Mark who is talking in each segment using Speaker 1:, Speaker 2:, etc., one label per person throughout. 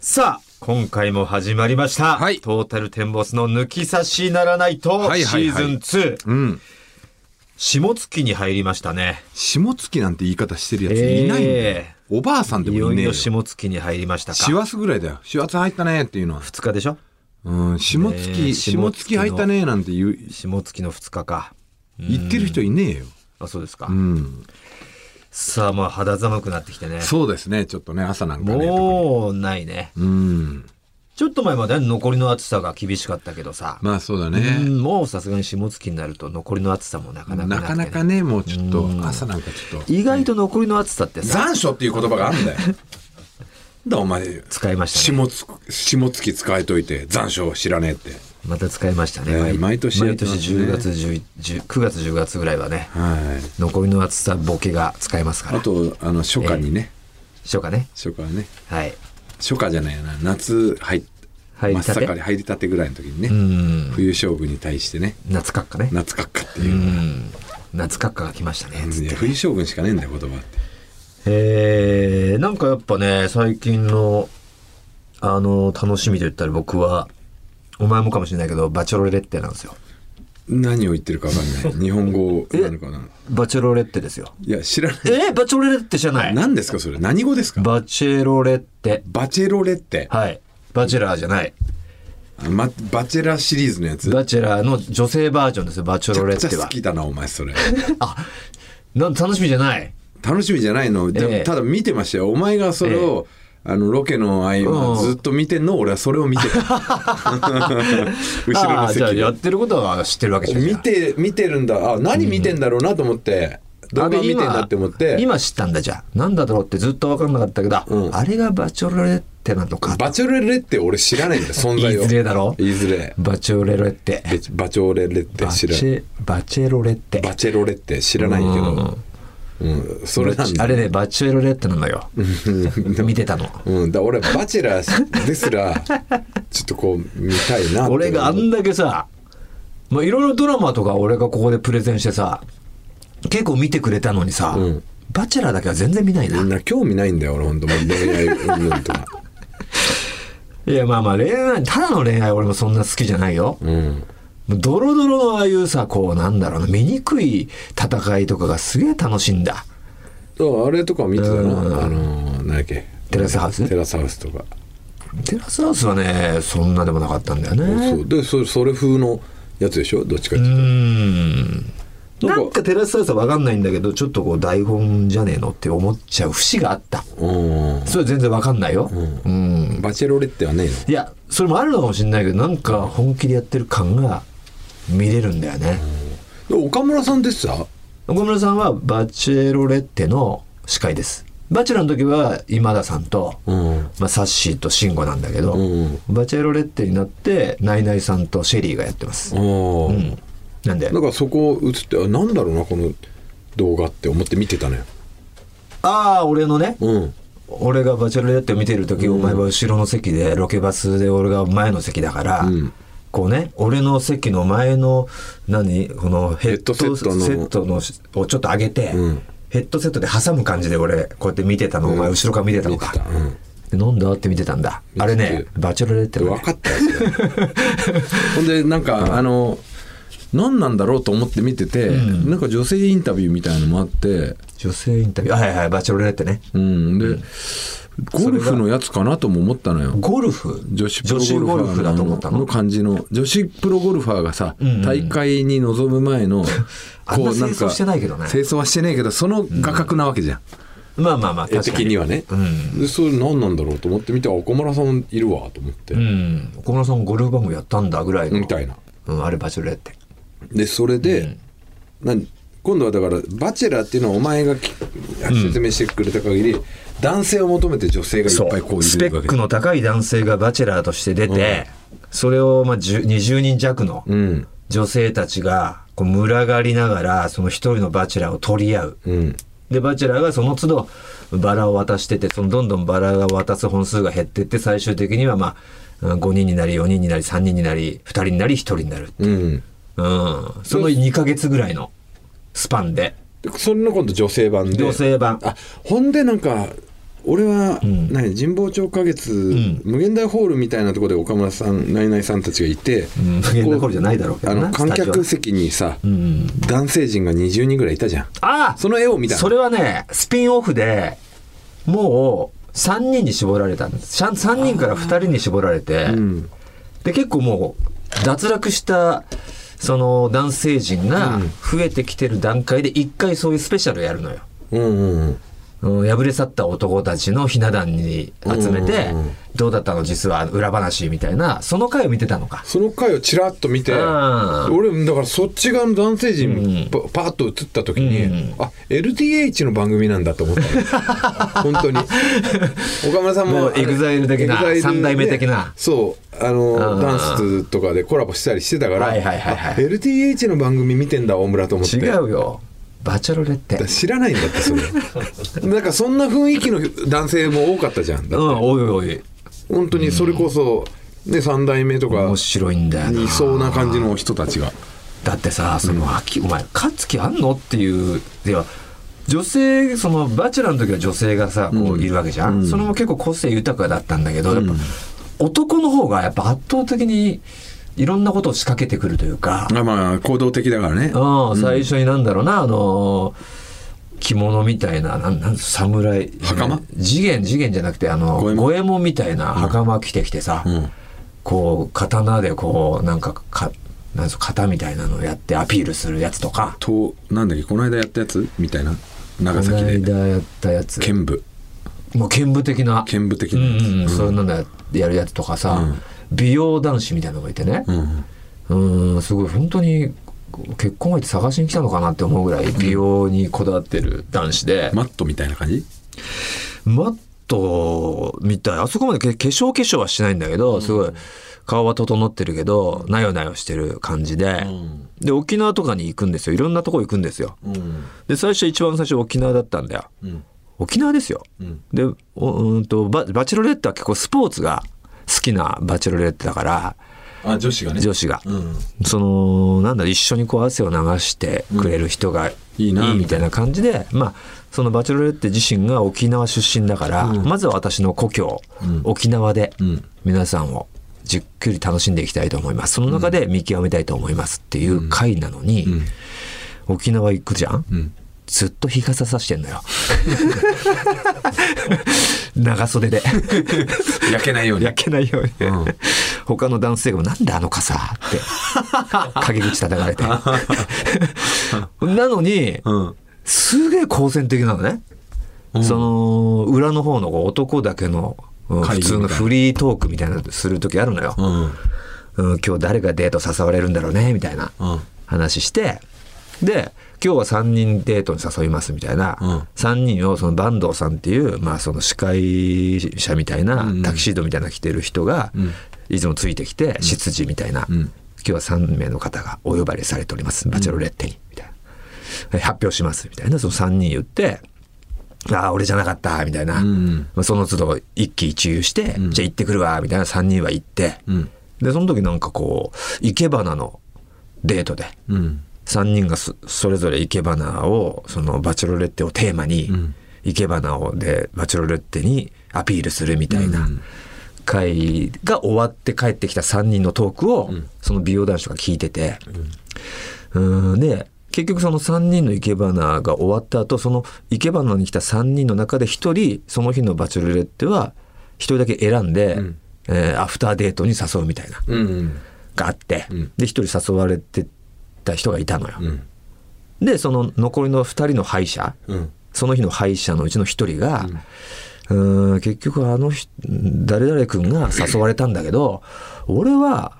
Speaker 1: さあ、今回も始まりました。
Speaker 2: はい
Speaker 1: トータルテンボスの抜き差しならないと、
Speaker 2: はいはいはい
Speaker 1: シーズン2。
Speaker 2: うん。
Speaker 1: 下月に入りましたね。
Speaker 2: 下月なんて言い方してるやついないんだよ。
Speaker 1: え
Speaker 2: おばあさんで
Speaker 1: い
Speaker 2: も
Speaker 1: よ
Speaker 2: いね
Speaker 1: い
Speaker 2: えよ。
Speaker 1: よ
Speaker 2: 師
Speaker 1: 下月に入りましたか。
Speaker 2: 走ぐらいだよ。師走入ったねっていうのは。
Speaker 1: 2日でしょ
Speaker 2: うん、下
Speaker 1: ねえ
Speaker 2: 月、下月入ったねなんて言う、
Speaker 1: 下月の2日か。
Speaker 2: 言ってる人いねえよ。
Speaker 1: あ、そうですか。
Speaker 2: うん。
Speaker 1: さあ、まあ肌寒くなってきてね。
Speaker 2: そうですね。ちょっとね、朝なんかね。
Speaker 1: もうないね。
Speaker 2: 特にうん。
Speaker 1: ちょっと前までは残りの暑さが厳しかったけどさ。
Speaker 2: まあそうだ
Speaker 1: う
Speaker 2: ね。
Speaker 1: んもうさすがに下月になると残りの暑さもなかなか
Speaker 2: な
Speaker 1: くて
Speaker 2: かなかね、もうちょっと、朝なんかちょっと。
Speaker 1: 意外と残りの暑さってさ、
Speaker 2: 残暑っていう言葉があるんだよ。なんだお前、
Speaker 1: 使いましたね。
Speaker 2: 下月、下月使えといて、残暑を知らねえって。
Speaker 1: また使いましたね。
Speaker 2: ね毎年や
Speaker 1: 毎
Speaker 2: って
Speaker 1: 年
Speaker 2: ますね
Speaker 1: 10月10、10 9月10月ぐらいはね、
Speaker 2: はい。
Speaker 1: 残りの暑さボケが使えますから。
Speaker 2: あと、あの、初夏にね、
Speaker 1: しようかね。
Speaker 2: 初夏はね、
Speaker 1: はい。
Speaker 2: 初夏じゃないな、夏入っ
Speaker 1: 入
Speaker 2: 真
Speaker 1: り
Speaker 2: った
Speaker 1: て
Speaker 2: 盛り入りたてぐらいの時にね、
Speaker 1: うん。
Speaker 2: 冬勝負に対してね、
Speaker 1: 夏閣下ね。
Speaker 2: 夏閣下って
Speaker 1: う
Speaker 2: いう。
Speaker 1: ん。夏閣下が来ましたね。つっ
Speaker 2: い
Speaker 1: て
Speaker 2: や冬将軍しかねえんだよ言葉って
Speaker 1: えー、なんかやっぱね、最近の、あの、楽しみと言ったら僕は、お前もかもしれないけど、バチェロレッテなんですよ。
Speaker 2: 何を言ってるか分 かんない日本語なのかな
Speaker 1: バチェロレッテですよ。
Speaker 2: いや知らない
Speaker 1: えー、バチェロレッテじゃない
Speaker 2: 何ですかそれ何語ですか
Speaker 1: バチェロレッテ。
Speaker 2: バチェロレって
Speaker 1: はい。バチェラーじゃない。
Speaker 2: あまバチェラシリーズのやつめ
Speaker 1: バチェラーの女性バージョンですよ、バチェロレ
Speaker 2: っ
Speaker 1: ッ
Speaker 2: ち
Speaker 1: テ
Speaker 2: ゃ好
Speaker 1: は。
Speaker 2: きだなお前それ
Speaker 1: あ、なん楽しみじゃない。
Speaker 2: 楽しみじゃないので
Speaker 1: ええ
Speaker 2: もただ見てましたよお前がそれをあのロケの合
Speaker 1: う
Speaker 2: 間
Speaker 1: ん
Speaker 2: ずっと見てんのを俺はそれを見 てた
Speaker 1: あーじ
Speaker 2: 後ろの
Speaker 1: ゃあ
Speaker 2: 席で
Speaker 1: やってることは知ってるわけじゃん
Speaker 2: 見て見てるんだあ何見てんだろうなと思って、動画見てんだって思って
Speaker 1: 今今知ったんだじゃあ。なんだろうってずっと分かんなかったけど、
Speaker 2: うん
Speaker 1: あれがバチェロレッテなのか。
Speaker 2: バチョレレって俺知らないんだよ存在を
Speaker 1: 言いづれだろ
Speaker 2: 言いずれ
Speaker 1: バチェロレッテ。
Speaker 2: ベチバチョレレって
Speaker 1: バチ
Speaker 2: 知らない
Speaker 1: ェ、バチェロレッテ。
Speaker 2: バチェロレって知らないけどうん、それなんだ
Speaker 1: あれね、バチェロレッテなのよ。見てたの。
Speaker 2: うん、だから俺バチェラーですらちょっとこう見たいなって
Speaker 1: 俺があんだけさ、まあ、いろいろドラマとか俺がここでプレゼンしてさ、結構見てくれたのにさ、
Speaker 2: うん
Speaker 1: バチェラーだけは全然見ないな
Speaker 2: みん。な興味ないんだよ俺本当もう恋愛云々とか
Speaker 1: いや、まあまあ恋愛、ただの恋愛俺もそんな好きじゃないよ。
Speaker 2: うん
Speaker 1: もうドロドロのああいうさ、こうなんだろうな、醜い戦いとかがすげえ楽しいんだ。
Speaker 2: そうあれとか見てた
Speaker 1: うん
Speaker 2: なあのー、何だっけ
Speaker 1: テラスハウス
Speaker 2: テラスハウスとか
Speaker 1: テラスハウスはね、そんなでもなかったんだよね。
Speaker 2: そうでそれそれ風のやつでしょどっちかっていううと
Speaker 1: ん。
Speaker 2: な
Speaker 1: なんん
Speaker 2: か
Speaker 1: かテラスハウスはわかんないんだけど、ちょっとこう台本じゃねえのって思っちゃう節があった。
Speaker 2: うん
Speaker 1: それは全然わかんないよ。うん。
Speaker 2: バチェロレってはねえの
Speaker 1: いや、それもあるのかもしれないけど、なんか本気でやってる感が見れるんだよね。
Speaker 2: で岡村さんですさ
Speaker 1: 岡村さんはバチェロレッテの司会です。バチェラーの時は今田さんと、
Speaker 2: うん
Speaker 1: まあ、サッシーとシンゴなんだけど、
Speaker 2: うん
Speaker 1: バチェロレッテになってナイナイさんとシェリーがやってます。
Speaker 2: お
Speaker 1: う
Speaker 2: ー
Speaker 1: ん、なんで
Speaker 2: だからそこ映ってあなんだろうなこの動画って思って見てたのよ
Speaker 1: ああ俺のね、
Speaker 2: うん
Speaker 1: 俺がバチェロレッテを見てる時、お前は後ろの席でロケバスで俺が前の席だから、
Speaker 2: ん
Speaker 1: こうね俺の席の前の何このヘッドセ
Speaker 2: ヘッドセッ
Speaker 1: ット
Speaker 2: トの
Speaker 1: のしをちょっと上げて、
Speaker 2: うん
Speaker 1: ヘッドセットで挟む感じで俺こうやって見てたの、お前後ろから見てたの
Speaker 2: 見て
Speaker 1: か
Speaker 2: た、うん
Speaker 1: で飲んだって見てたんだあれねバチェロレッテ
Speaker 2: で
Speaker 1: のね
Speaker 2: 分かったよそれ ほんでなんかあの何なんだろうと思って見てて、なんか女性インタビューみたいのもあって
Speaker 1: 女性インタビューはいはいバチェロレッテね
Speaker 2: うんで、ゴルフのやつかなとも思ったのよ
Speaker 1: ゴルフ
Speaker 2: 女子プロゴル
Speaker 1: 女子ゴ
Speaker 2: ファー
Speaker 1: だと思ったの
Speaker 2: 感じの女子プロゴルファーがさ、
Speaker 1: んうん
Speaker 2: 大会に臨む前の
Speaker 1: あんな清掃してないけどね
Speaker 2: 清掃はしてないけどその画角なわけじゃん、
Speaker 1: まあまあまあ
Speaker 2: 絵
Speaker 1: 確か
Speaker 2: 的
Speaker 1: に
Speaker 2: にはね、でそれ何なんだろうと思って見てあ岡村さんいるわと思って、
Speaker 1: うん岡村さんゴルフ番組やったんだぐらいの
Speaker 2: みたいな
Speaker 1: うん、あれバチェロレッテ
Speaker 2: でそれで、なん今度はだから「バチェラー」っていうのはお前がき説明してくれた限り、男性を求めて女性がいっぱいこういるわけ
Speaker 1: スペックの高い男性がバチェラーとして出て、それをまあ10 20人弱の
Speaker 2: うん
Speaker 1: 女性たちがこう群がりながらその一人のバチェラーを取り合う。
Speaker 2: うん
Speaker 1: でバチェラーがその都度バラを渡しててそのどんどんバラが渡す本数が減ってって最終的にはまあうん5人になり4人になり3人になり2人になり1人になる、
Speaker 2: うん
Speaker 1: うん、その2ヶ月ぐらいのスパンで
Speaker 2: でそれの今度女性版で
Speaker 1: 女性版
Speaker 2: あほんでなんか俺は、
Speaker 1: ん
Speaker 2: 何神保町花月、無限大ホールみたいなところで岡村さんナイナイさんたちがいて、
Speaker 1: ん無限大ホールじゃないだろうけどな
Speaker 2: あの
Speaker 1: スタジ
Speaker 2: 観
Speaker 1: オ
Speaker 2: 客席にさ、
Speaker 1: ん
Speaker 2: 男性陣が20人ぐらいいたじゃん
Speaker 1: ああ
Speaker 2: その絵を見た
Speaker 1: それはね、スピンオフで、もう、3人に絞られたんです。しゃん3人から2人に絞られて、
Speaker 2: ん
Speaker 1: で、結構もう、脱落した、その、男性陣が増えてきてる段階で、一回そういうスペシャルやるのよ。
Speaker 2: うんうんうん
Speaker 1: うん、破れ去った男たちのひな壇に集めて、
Speaker 2: うんうんうん
Speaker 1: どうだったの実は裏話みたいな、その回を見てたのか。
Speaker 2: その回をちらっと見て
Speaker 1: あー
Speaker 2: 俺だからそっち側の男性陣パパーッと映った時に、あ LDH の番組なんだと思 ったの本当に岡村さん
Speaker 1: も
Speaker 2: も
Speaker 1: う EXILE 的な
Speaker 2: EXILE で
Speaker 1: 三代目的な
Speaker 2: そうあの
Speaker 1: うん
Speaker 2: ダンスとかでコラボしたりしてたから、
Speaker 1: はいはいはいはい
Speaker 2: あ LDH の番組見てんだ大村と思って
Speaker 1: 違うよ。バチェロレって
Speaker 2: だ。知らないんだってそれ なんかそんな雰囲気の男性も多かったじゃんだ
Speaker 1: うん、おいおい。
Speaker 2: 本当にそれこそ、ね、3代目とか
Speaker 1: 面白いんだよな。
Speaker 2: にいそうな感じの人たちが
Speaker 1: だってさその秋、お前勝つ気あんのっていうでは女性そのバチェラーの時は女性がさこういるわけじゃん、それも結構個性豊かだったんだけど、やっぱ男の方がやっぱ圧倒的にいろんなことを仕掛けてくるというか、
Speaker 2: あまあ行動的だからね
Speaker 1: うん、最初になんだろうなあの着物みたいな、なん、なん、侍。
Speaker 2: 袴
Speaker 1: 次元、次元じゃなくて、あの、
Speaker 2: 五
Speaker 1: 五右
Speaker 2: 右衛門
Speaker 1: 衛門みたいな袴着てきてさ、
Speaker 2: ん
Speaker 1: こう、刀でこう、なんか、か、なんすか、型みたいなのをやってアピールするやつとか、
Speaker 2: となんだっけこの間やったやつみたいな
Speaker 1: こ
Speaker 2: 長
Speaker 1: の
Speaker 2: 崎で
Speaker 1: 間やったやつ。
Speaker 2: 剣舞
Speaker 1: もう剣舞的な。
Speaker 2: 剣舞的
Speaker 1: う
Speaker 2: なんや
Speaker 1: ん
Speaker 2: つ
Speaker 1: うんうん、そんなのややるやつとかさ、美容男子みたいなのがいてね、
Speaker 2: うん
Speaker 1: うん、すごい本当に結婚相手探しに来たのかなって思うぐらい美容にこだわってる男子で、
Speaker 2: マットみたいな感じ
Speaker 1: マットみたいあそこまでけ化粧化粧はしないんだけどすごい顔は整ってるけどなよなよしてる感じで、
Speaker 2: ん
Speaker 1: で沖縄とかに行くんですよいろんなとこ行くんですよ
Speaker 2: うん
Speaker 1: で最初一番最初沖縄だったんだよ
Speaker 2: うん
Speaker 1: 沖縄ですよ、
Speaker 2: うん
Speaker 1: でおうんとババチェロレッテは結構スポーツが好きなバチェロレッテだから
Speaker 2: あ女子がね
Speaker 1: 女子が、
Speaker 2: うん
Speaker 1: そのなんだろう一緒にこう汗を流してくれる人が
Speaker 2: い
Speaker 1: い
Speaker 2: い
Speaker 1: い
Speaker 2: な
Speaker 1: みたいな感じで、まあ、そのバチェロレッテ自身が沖縄出身だから、まずは私の故郷、沖縄で
Speaker 2: ん
Speaker 1: 皆さんをじっくり楽しんでいきたいと思いますその中で見極めたいと思いますっていう回なのに、沖縄行くじゃん、
Speaker 2: ん
Speaker 1: ずっと日傘さしてんのよ 長袖で。
Speaker 2: 焼けないように
Speaker 1: 焼けないように、他の男性が「なんであの傘」 って陰口叩かれてなのに、
Speaker 2: うん
Speaker 1: すげえ好戦的なのね、その裏の方のこう男だけのうん
Speaker 2: 会議
Speaker 1: 普
Speaker 2: みた
Speaker 1: 通の
Speaker 2: いな
Speaker 1: フリートークみたいなのする時あるのよ、
Speaker 2: うん
Speaker 1: うん今日誰がデート誘われるんだろうねみたいな
Speaker 2: うん
Speaker 1: 話してで今日は3人デートに誘いますみたいな、
Speaker 2: うん
Speaker 1: 3人をその坂東さんっていう、まあ、その司会者みたいな、
Speaker 2: うんうん
Speaker 1: タキシードみたいなの着てる人が、
Speaker 2: ん
Speaker 1: いつもついてきて執事みたいな、
Speaker 2: ん
Speaker 1: 今日は3名の方がお呼ばれされておりますバチェロレッテに、みたいなえ発表しますみたいなその3人言って。ああ俺じゃなかったみたいな、
Speaker 2: ん
Speaker 1: まあその都度一喜一憂して、じゃあ行ってくるわみたいな3人は行って、
Speaker 2: うん
Speaker 1: でその時なんかこう生け花のデートで
Speaker 2: うん
Speaker 1: 3人がそそれぞれ生け花をそのバチェロレッテをテーマに、
Speaker 2: ん
Speaker 1: 生け花をでバチェロレッテにアピールするみたいな会が終わって帰ってきた3人のトークを、その美容男子が聞いてて、うん、で結局その3人の生け花が終わった後その生け花に来た3人の中で1人その日のバチェロレッテは1人だけ選んで、
Speaker 2: うん
Speaker 1: えーアフターデートに誘うみたいな。
Speaker 2: うん
Speaker 1: があって、
Speaker 2: ん
Speaker 1: で一人誘われてた人がいたのよ、
Speaker 2: うん
Speaker 1: でその残りの2人の敗者
Speaker 2: うん
Speaker 1: その日の敗者のうちの一人が、うーん、結局あの人誰々君が誘われたんだけど 俺は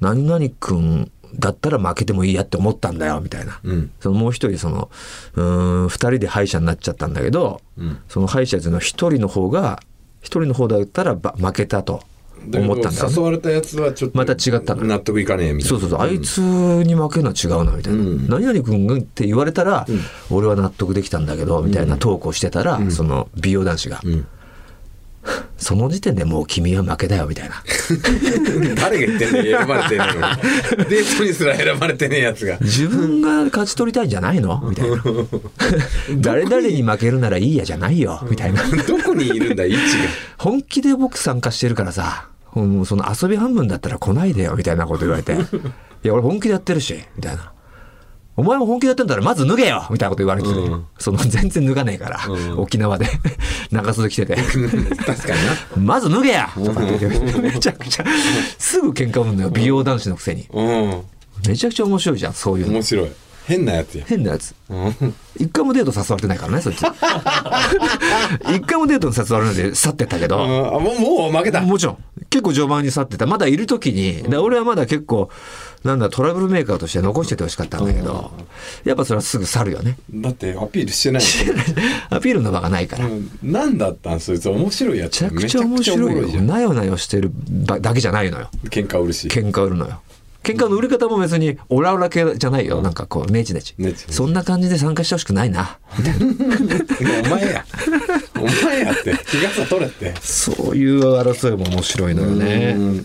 Speaker 1: 何々君だったら負けてもいいやって思ったんだよみたいな、
Speaker 2: うん
Speaker 1: そのもう一人そのうーん2人で敗者になっちゃったんだけど、
Speaker 2: うん
Speaker 1: その敗者の一人の方が一人の方だったらば負けたと思ったんだよね、
Speaker 2: 誘われたやつはちょっと
Speaker 1: また違ったの
Speaker 2: 納得いかねえみたいな
Speaker 1: そうそうそう、あいつに負けるのは違うなみたいな、
Speaker 2: うん
Speaker 1: 何々君がって言われたら、俺は納得できたんだけどみたいなトークをしてたら、その美容男子が、
Speaker 2: ん
Speaker 1: その時点でもう君は負けだよみたいな
Speaker 2: 誰が言ってんだよ選 ばれてねえのデートにすら選ばれてねえやつが
Speaker 1: 自分が勝ち取りたいんじゃないのみたい な誰々に負けるならいいやじゃないよみたいな
Speaker 2: どこにいるんだ位置
Speaker 1: 本気で僕参加してるからさもうその遊び半分だったら来ないでよみたいなこと言われて「いや俺本気でやってるし」みたいな「お前も本気でやってんだったらまず脱げよ」みたいなこと言われてて、
Speaker 2: うん
Speaker 1: その全然脱がねえから、
Speaker 2: うん
Speaker 1: 沖縄で 長袖着てて。
Speaker 2: が確かにな
Speaker 1: まず脱げやとかって言ってめちゃくちゃすぐ喧嘩売んのよ美容男子のくせに
Speaker 2: う
Speaker 1: めちゃくちゃ面白いじゃんそういうんの
Speaker 2: 面白い変なやつや
Speaker 1: 変なやつ
Speaker 2: うん
Speaker 1: 一回もデート誘われてないからねそい つ一回もデートに誘われないで去ってったけど、
Speaker 2: あもうもう負けた
Speaker 1: もちろん結構序盤に去ってたまだいる時に、だ俺はまだ結構なんだトラブルメーカーとして残しててほしかったんだけど、やっぱそれはすぐ去るよね
Speaker 2: だってアピールしてない
Speaker 1: アピールの場がないから、
Speaker 2: う
Speaker 1: め
Speaker 2: ん何だったんそいつ面白いやつ
Speaker 1: ちゃくちゃ面白いよ
Speaker 2: めちゃくちゃおもろじゃん
Speaker 1: なよなよしてるばだけじゃないのよ
Speaker 2: 喧嘩売るし
Speaker 1: 喧嘩売るのよ喧嘩の売り方も別にオラオラ系じゃないよ、なんかこうネチネチ
Speaker 2: ネチネチ
Speaker 1: そんな感じで参加してほしくないな
Speaker 2: お前や お前やって日傘取れって
Speaker 1: そういう争いも面白いのよねうん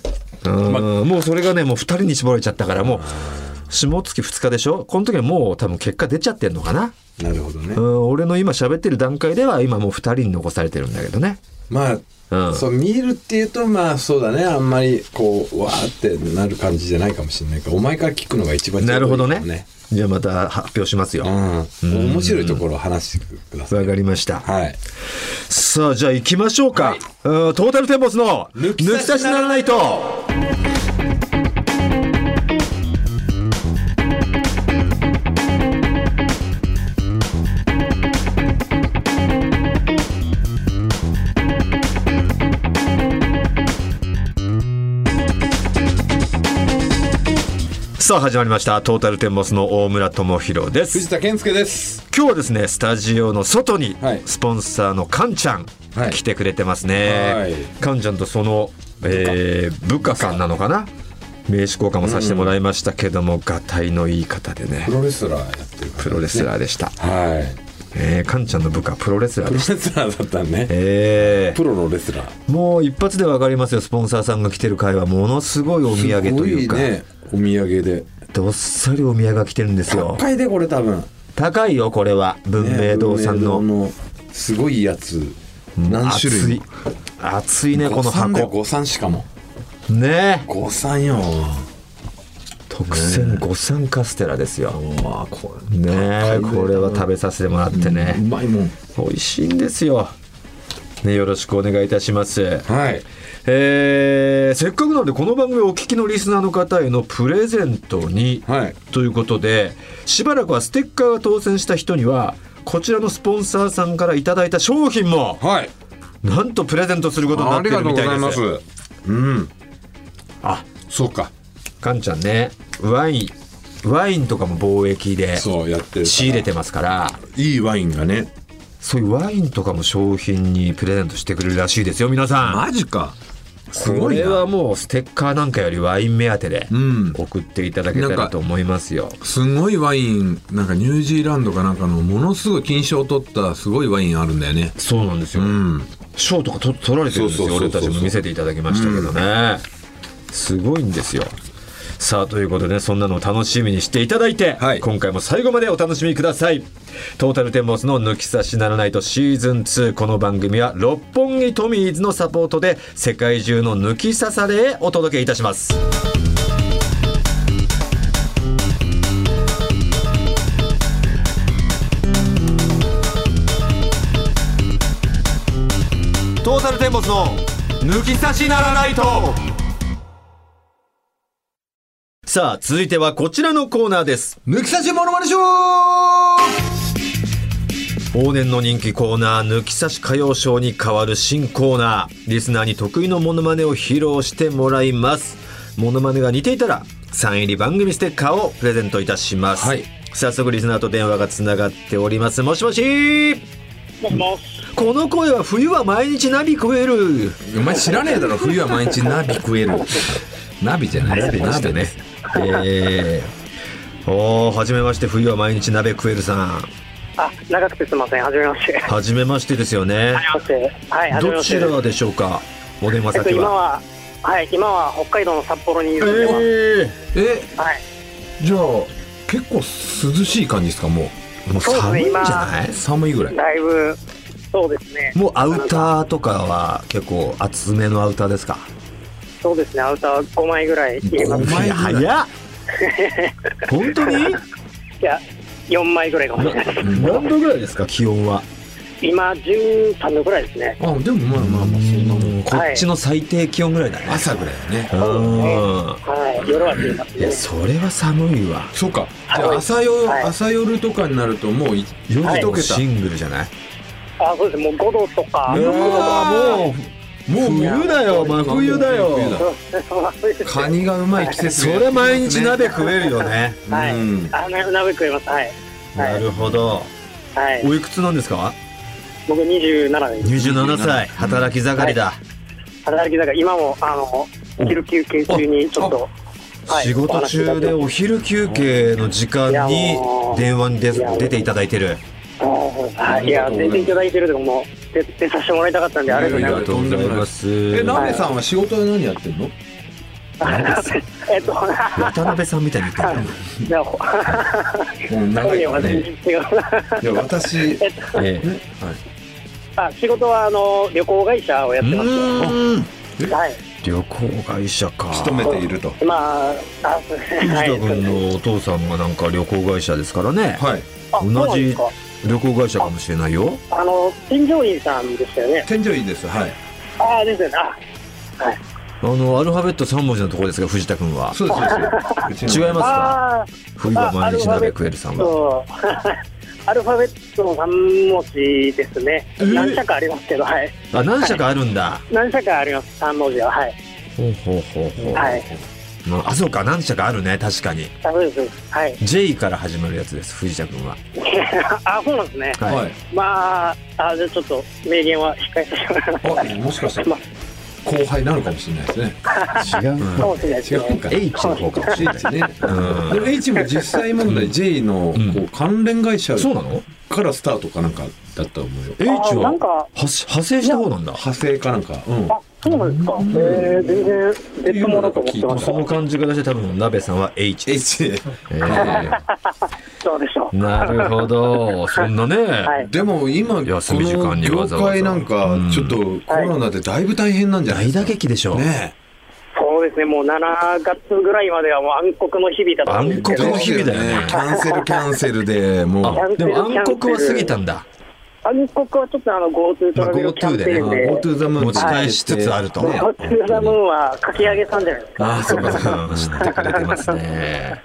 Speaker 1: もうそれがねもう2人に絞られちゃったからもう下月2日でしょこの時はもう多分結果出ちゃってんのかな、
Speaker 2: なるほどね
Speaker 1: うん、俺の今喋ってる段階では今もう2人に残されてるんだけどね
Speaker 2: まあ、
Speaker 1: うん
Speaker 2: そう見えるっていうとまあそうだねあんまりこうわーってなる感じじゃないかもしれないからお前から聞くのが一番
Speaker 1: なるほどね
Speaker 2: ちょういいか
Speaker 1: じゃあまた発表しますよ
Speaker 2: も
Speaker 1: わ、
Speaker 2: ねうん、面白いところを話してください
Speaker 1: かりました、
Speaker 2: はい
Speaker 1: さあじゃあ行きましょうか、うんトータルテンボスの「抜
Speaker 2: 抜
Speaker 1: き
Speaker 2: き
Speaker 1: 差
Speaker 2: 差
Speaker 1: し
Speaker 2: し
Speaker 1: なら
Speaker 2: なら
Speaker 1: な
Speaker 2: ないい
Speaker 1: と」さあ始まりましたトータルテンボスの大村智博です
Speaker 2: 藤田健介です
Speaker 1: 今日はですねスタジオの外に
Speaker 2: はい
Speaker 1: スポンサーのカンちゃん、
Speaker 2: はい
Speaker 1: 来てくれてますね、
Speaker 2: はい
Speaker 1: カンちゃんとその、えー部下さんなのかな名刺交換もさせてもらいましたけども、がたいのいい方でね
Speaker 2: プロレスラーやってるから
Speaker 1: プロレスラーでした、
Speaker 2: はい
Speaker 1: えー、カンちゃんの部下プロレスラー
Speaker 2: プロ
Speaker 1: で
Speaker 2: レ
Speaker 1: した
Speaker 2: スラーだったね
Speaker 1: え
Speaker 2: プロのレスラー
Speaker 1: ーもう一発でわかりますよスポンサーさんが来てる会はものすごいお土産というか
Speaker 2: すごいねお土産で
Speaker 1: どっさりお土産が来てるんですよ
Speaker 2: 高いでこれ多分
Speaker 1: 高いよこれは文明堂さんの、
Speaker 2: 文明堂すごいやつ何種類も
Speaker 1: 熱い熱いねこの
Speaker 2: 誤算だよ
Speaker 1: 箱
Speaker 2: 誤算しかも
Speaker 1: ね
Speaker 2: 誤算よ
Speaker 1: 特選五三カステラですよ
Speaker 2: わあこれ
Speaker 1: ねえこれは食べさせてもらって
Speaker 2: う
Speaker 1: ね
Speaker 2: まいもん
Speaker 1: 美味しいんですよねよろしくお願いいたします
Speaker 2: はい
Speaker 1: えーせっかくなのでこの番組をお聞きのリスナーの方へのプレゼントに、
Speaker 2: はい
Speaker 1: ということでしばらくはステッカーが当選した人にはこちらのスポンサーさんからいただいた商品も
Speaker 2: はい
Speaker 1: なんとプレゼントすることにな
Speaker 2: あ
Speaker 1: って
Speaker 2: り
Speaker 1: る
Speaker 2: がとう
Speaker 1: み
Speaker 2: ご
Speaker 1: た
Speaker 2: ざい
Speaker 1: いで
Speaker 2: ますすうん
Speaker 1: あ
Speaker 2: そうか
Speaker 1: カンちゃんねワインワインとかも貿易で
Speaker 2: そうやってる
Speaker 1: 仕入れてますから
Speaker 2: いいワインがね
Speaker 1: そういうワインとかも商品にプレゼントしてくれるらしいですよ皆さん
Speaker 2: マジかす
Speaker 1: こ
Speaker 2: ごい
Speaker 1: れ
Speaker 2: な
Speaker 1: はもうステッカーなんかよりワイン目当てで
Speaker 2: ん
Speaker 1: 送っていただけた
Speaker 2: なん
Speaker 1: ら
Speaker 2: か
Speaker 1: と思いますよ、
Speaker 2: すごいワインなんかニュージーランドかなんかのものすごい金賞を取ったすごいワインあるんだよね
Speaker 1: そうなんですよ、
Speaker 2: うん
Speaker 1: 賞とかと取られてるんですよ
Speaker 2: そうそ
Speaker 1: 俺
Speaker 2: うそうそう
Speaker 1: たちも見せていただきましたけどね、すごいんですよさあということでねそんなのを楽しみにしていただいて、
Speaker 2: はい
Speaker 1: 今回も最後までお楽しみくださいトータルテンボスの「抜き差しならないと」シーズン2この番組は六本木トミーズのサポートで世界中の抜き差されへお届けいたしますトータルテンボスの抜き差しならないとさあ続いてはこちらのコーナーです
Speaker 2: 抜き差しモノマネショー
Speaker 1: 往年の人気コーナー抜き差し歌謡ショーに変わる新コーナーリスナーに得意のモノマネを披露してもらいますモノマネが似ていたらサイン入り番組ステッカーをプレゼントいたします、
Speaker 2: はい
Speaker 1: 早速リスナーと電話がつながっておりますもしもし
Speaker 3: もしもし。
Speaker 1: この声は冬は毎日ナビ食える
Speaker 2: お前知らねえだろ冬は毎日ナビ食えるナビじゃない
Speaker 1: 鍋でしたね。えー、おーはじめまして冬は毎日鍋食えるさん
Speaker 3: あ、長くてすみません。はじめまして。は
Speaker 1: 初めましてですよね
Speaker 3: じめまして。はい、はじめ
Speaker 1: ど
Speaker 3: まし
Speaker 1: ち
Speaker 3: て。
Speaker 1: らでしょうかお電話
Speaker 3: えっと、
Speaker 1: 先
Speaker 3: 今
Speaker 1: は
Speaker 3: は、はい、今は北海道の札幌にい
Speaker 1: え
Speaker 3: るので、ます
Speaker 1: え
Speaker 3: はい。
Speaker 2: じゃあ結構涼しい感じですかも
Speaker 1: もう
Speaker 3: そう
Speaker 1: 寒い
Speaker 3: ですね
Speaker 1: んじゃないう
Speaker 2: 寒いぐらい
Speaker 3: だいぶ、そうですね。
Speaker 1: もうアウターとかは結構厚めのアウターですか
Speaker 3: そうですね。アウター5枚ぐらい入れます。
Speaker 2: 五枚ぐらい
Speaker 1: 早っ本当に
Speaker 3: いや、4枚ぐらいかもしれない。
Speaker 1: 何度ぐらいですか気温は
Speaker 3: 今、13度ぐらいですね。
Speaker 2: あでもまあまあまあそんなもん
Speaker 1: こっちの最低気温ぐらいだね、
Speaker 2: 朝ぐらいだね
Speaker 1: うん
Speaker 3: はい。夜は冷えます
Speaker 1: いや
Speaker 3: ね。
Speaker 1: それは寒いわ
Speaker 2: そうかじゃあ
Speaker 3: はい
Speaker 2: 朝夜、
Speaker 3: はい
Speaker 2: 朝夜とかになるともうい
Speaker 1: 夜
Speaker 3: はい
Speaker 1: のシングルじゃない、
Speaker 3: あ、そうです。もう5度とか。
Speaker 2: うわ
Speaker 1: もうもう冬だよ真冬だ
Speaker 2: 冬
Speaker 1: よ
Speaker 2: だカニがうまい季節
Speaker 1: それ毎日鍋食えるよね、
Speaker 3: は
Speaker 2: う
Speaker 3: い
Speaker 2: ん。
Speaker 3: あ、な鍋食えます。はい。はい
Speaker 1: なるほど
Speaker 3: はい。
Speaker 1: おいくつなんですか
Speaker 3: 僕27です。
Speaker 1: 27歳
Speaker 2: うん
Speaker 1: 働き盛りだ、
Speaker 3: 働き盛り、今も、あの、お昼休憩中にちょっと、はい
Speaker 1: 仕事中でお昼休憩の時間に電話に出
Speaker 3: いやもう
Speaker 1: 出ていただいてる
Speaker 3: はい、いや、出ていただいてるとこも、出出させてもらいたかったんで、ありがとうござい
Speaker 2: や
Speaker 3: ま
Speaker 2: やとんでもないですえ
Speaker 1: え
Speaker 2: 鍋さんは仕事は何やってんの
Speaker 3: す。えっと、
Speaker 1: 渡辺さんみたいに言ってる
Speaker 3: じゃあ、ほ
Speaker 2: うん長
Speaker 3: 本
Speaker 2: い
Speaker 3: 人
Speaker 2: か
Speaker 3: は
Speaker 2: らね
Speaker 3: 違う
Speaker 2: い や私
Speaker 3: えっ
Speaker 1: の、ええ
Speaker 2: えはい
Speaker 3: とあ仕事は、あの、旅行会社をやってま
Speaker 1: う
Speaker 3: す。
Speaker 1: ーん
Speaker 3: はい。
Speaker 1: 旅行会社か
Speaker 2: 勤めていると
Speaker 3: まあ、あ、そうですね。
Speaker 1: 藤
Speaker 3: は
Speaker 1: 田
Speaker 3: い。
Speaker 1: 君のお父さんがなんか旅行会社ですからね、
Speaker 2: はい
Speaker 3: あそうなんですか
Speaker 1: 旅行会社かもしれないよ
Speaker 3: あの、添乗員さんでしたよね。
Speaker 2: 天井いいですはい
Speaker 3: ああ、ですよね。あ、
Speaker 1: あのアルファベット3文字のところですが藤田君は
Speaker 2: そうですそうで す
Speaker 1: 違いますか
Speaker 3: あ
Speaker 1: 冬は毎日鍋食えるさんは
Speaker 3: そう。 アルファベットの3文字ですね。
Speaker 1: えー
Speaker 3: 何社かありますけど、はい。
Speaker 1: あ何社かあるんだ、
Speaker 3: 何社かあります、3文字は。はい。
Speaker 1: ほうほうほうほう、
Speaker 3: はい。
Speaker 1: まあそうか何社かあるね確かに
Speaker 3: あそうですそうです。はい。
Speaker 1: J から始まるやつです藤田君は
Speaker 3: あ、そうなんですね。
Speaker 1: はい、
Speaker 2: はい
Speaker 3: まあ、あじゃあちょっと、名言は控えさせてもらいます。
Speaker 2: あもしかしたら後輩なのかもしれないですね
Speaker 1: 違う
Speaker 3: か
Speaker 1: ん
Speaker 3: もしれないです
Speaker 2: 違
Speaker 3: ね。
Speaker 2: うか
Speaker 1: H の方かもしれない
Speaker 2: H ね
Speaker 1: うん
Speaker 2: でも H も実際問題 J の
Speaker 1: うん
Speaker 2: こう関連会社
Speaker 1: そうなの
Speaker 2: からスタートかなんかだったと思うよ
Speaker 1: H
Speaker 3: あなんか
Speaker 1: ははし派生した方なんだ
Speaker 2: 派生かなんかうん
Speaker 3: あ、そうなんですか。えー、全然、別物だと思ってまし
Speaker 1: その感じからして多分鍋さんは H です、
Speaker 2: H
Speaker 1: えー
Speaker 3: た。そうでしょう。
Speaker 1: なるほどそんなね、
Speaker 3: はい。
Speaker 2: でも今こ
Speaker 1: 休み時間
Speaker 2: の
Speaker 1: にわ
Speaker 2: 業
Speaker 1: ざわざ
Speaker 2: 界なんか
Speaker 1: うん
Speaker 2: ちょっとコロナでだいぶ大変なんじゃない
Speaker 1: 大
Speaker 2: ですか
Speaker 1: 打撃でしょう、
Speaker 2: ね
Speaker 3: そうですね、もう7月ぐらいまではもう暗黒の日々だったんですけ
Speaker 2: え
Speaker 1: 暗黒
Speaker 3: ど
Speaker 1: の、日々だよね
Speaker 2: キャンセルキャンセルでもう
Speaker 1: あでも暗黒は過ぎたんだ
Speaker 3: 暗黒はちょっとあの GoTo トラベルキャンペーンで、
Speaker 2: GoTo ザムーン
Speaker 1: 持ち返しつつあると、
Speaker 3: もうこっちのラムーンはかき上げたんじゃないですか。
Speaker 2: ああそうかそうか
Speaker 1: うん知ってくれてます ね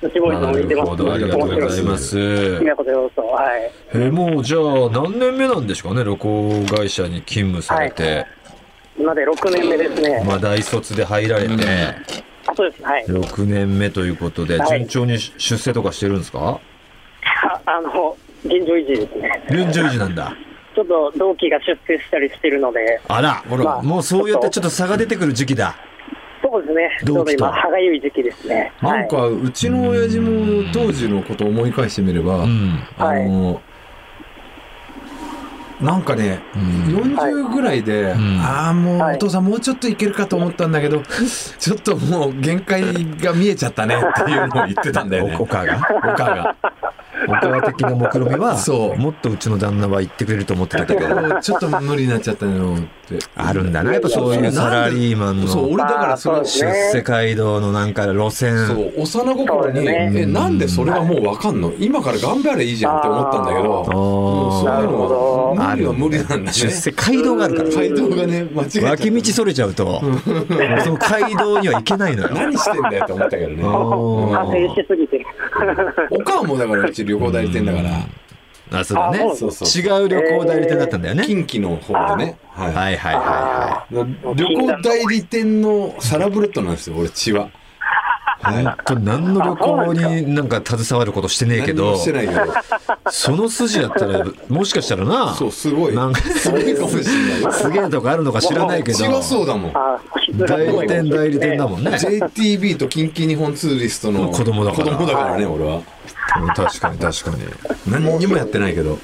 Speaker 3: うちボーイズ
Speaker 1: な
Speaker 3: も見て
Speaker 1: る
Speaker 3: ます。
Speaker 1: ほどありがとうございます
Speaker 3: 好きなことよそう。はい。
Speaker 1: えーもうじゃあ何年目なんですかね旅行会社に勤務されて、
Speaker 3: 今で6年目ですね。
Speaker 1: まあ大卒で入られて
Speaker 3: あ、そうです。はい。
Speaker 1: 6年目ということで
Speaker 3: はい
Speaker 1: 順調に出世とかしてるんですか
Speaker 3: ああの、現状維持ですね。
Speaker 1: 順調維持なんだ
Speaker 3: ちょっと同期が出世したりしてるので、
Speaker 1: あら
Speaker 2: ほら
Speaker 3: まあ
Speaker 1: もうそうやってちょっと差が出てくる時期だ
Speaker 3: そうですね。ち
Speaker 1: 同期と
Speaker 3: ょうど今、歯がゆい時期ですね。は
Speaker 2: ないん。かうちの親父も当時のことを思い返してみれば、
Speaker 1: うん
Speaker 2: あのなんかね、
Speaker 1: うん
Speaker 2: 40ぐらいで、
Speaker 1: ん
Speaker 2: ああもう
Speaker 3: はい
Speaker 2: お父さんもうちょっといけるかと思ったんだけど、ちょっともう限界が見えちゃったねっていうのを言ってたんだよ ね
Speaker 1: お。母がお母がお母的な目論みは
Speaker 2: そう
Speaker 1: もっとうちの旦那は言ってくれると思ってたけど
Speaker 2: もうちょっと無理になっちゃったのって。
Speaker 1: あるんだなやっぱそういうサラリーマン
Speaker 2: そう
Speaker 1: の
Speaker 2: 俺だからそれ
Speaker 3: まあ
Speaker 1: 出
Speaker 3: そうね
Speaker 1: 世街道のなんか路線
Speaker 2: そう幼心に、
Speaker 3: そうだね
Speaker 2: えなんでそれはもうわかんの今から頑張ればいいじゃんって思ったんだけど
Speaker 1: あー
Speaker 2: もうそういうのは
Speaker 1: な
Speaker 2: 無理
Speaker 1: る
Speaker 2: は
Speaker 1: ほど
Speaker 2: 無理なんだね
Speaker 1: 出世街道があるから
Speaker 2: 街道がね間違えちゃった
Speaker 1: 脇道それちゃうと、その街道には行けないのよ。
Speaker 2: 何してんだよって思ったけどね
Speaker 1: お
Speaker 3: 反省しすぎて。
Speaker 2: おかんもだからうち旅行代理店だから、
Speaker 1: あ、そうだね。
Speaker 3: あ
Speaker 2: そうそう
Speaker 1: 違う旅行代理店だったんだよね。
Speaker 2: 近畿の方でね、は
Speaker 1: は
Speaker 2: い
Speaker 1: いはいはいは
Speaker 2: 旅行代理店のサラブレッドなんですよ俺血は
Speaker 1: 本当何の旅行になんか携わることしてねえけ
Speaker 2: 何
Speaker 1: ど
Speaker 2: もしてないけど
Speaker 1: その筋だったらもしかしたらな
Speaker 2: そうすごい
Speaker 1: なんか
Speaker 2: すごいかもしれない
Speaker 1: すげえとこあるのか知らないけど
Speaker 2: 違そうだもん
Speaker 3: あー
Speaker 1: 代理店代理店だもんね
Speaker 2: JTB と近畿日本ツーリストの
Speaker 1: 子供だから
Speaker 2: 子供だからね俺は
Speaker 1: うん確かに確かに
Speaker 2: 何にもやってないけど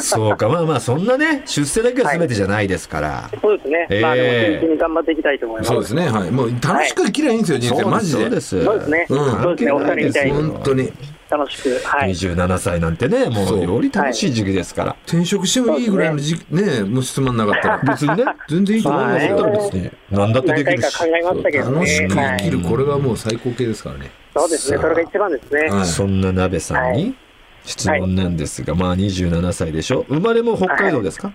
Speaker 1: そうかまあまあそんなね出世だけは全てじゃないですから、
Speaker 3: そうですね。まあ、でも、真剣に頑張っていきたいと思います。
Speaker 2: そうですねはいもう楽しく生きりゃいいんですよ人生
Speaker 1: そう
Speaker 2: マジ
Speaker 1: そうで
Speaker 2: です
Speaker 3: そうですね。
Speaker 2: うん
Speaker 3: そうですね。お二人みたいに
Speaker 2: 本当に
Speaker 3: 楽しく。はい。
Speaker 1: 27歳なんてねも
Speaker 2: そうう
Speaker 1: より楽しい時期ですから、
Speaker 2: 転職してもいいぐらいのじねもしつまんなかったら
Speaker 1: 別にね
Speaker 2: 全然いいと思う
Speaker 1: だ
Speaker 2: ん
Speaker 3: は
Speaker 1: っ
Speaker 2: で
Speaker 3: い
Speaker 2: す
Speaker 1: たら
Speaker 2: よ
Speaker 1: 別に何だってでき
Speaker 3: 何回
Speaker 1: る
Speaker 3: か
Speaker 1: し
Speaker 3: 考えましたけど
Speaker 2: 楽し
Speaker 3: ね。
Speaker 2: く
Speaker 3: は
Speaker 2: 生き
Speaker 3: い。
Speaker 2: るこれがもう最高形ですからね
Speaker 3: そうですね。それが一番ですね。
Speaker 2: はい
Speaker 1: そんな鍋さん
Speaker 3: は
Speaker 1: に質問なんですが、まあ27歳でしょ生まれも北海道ですか、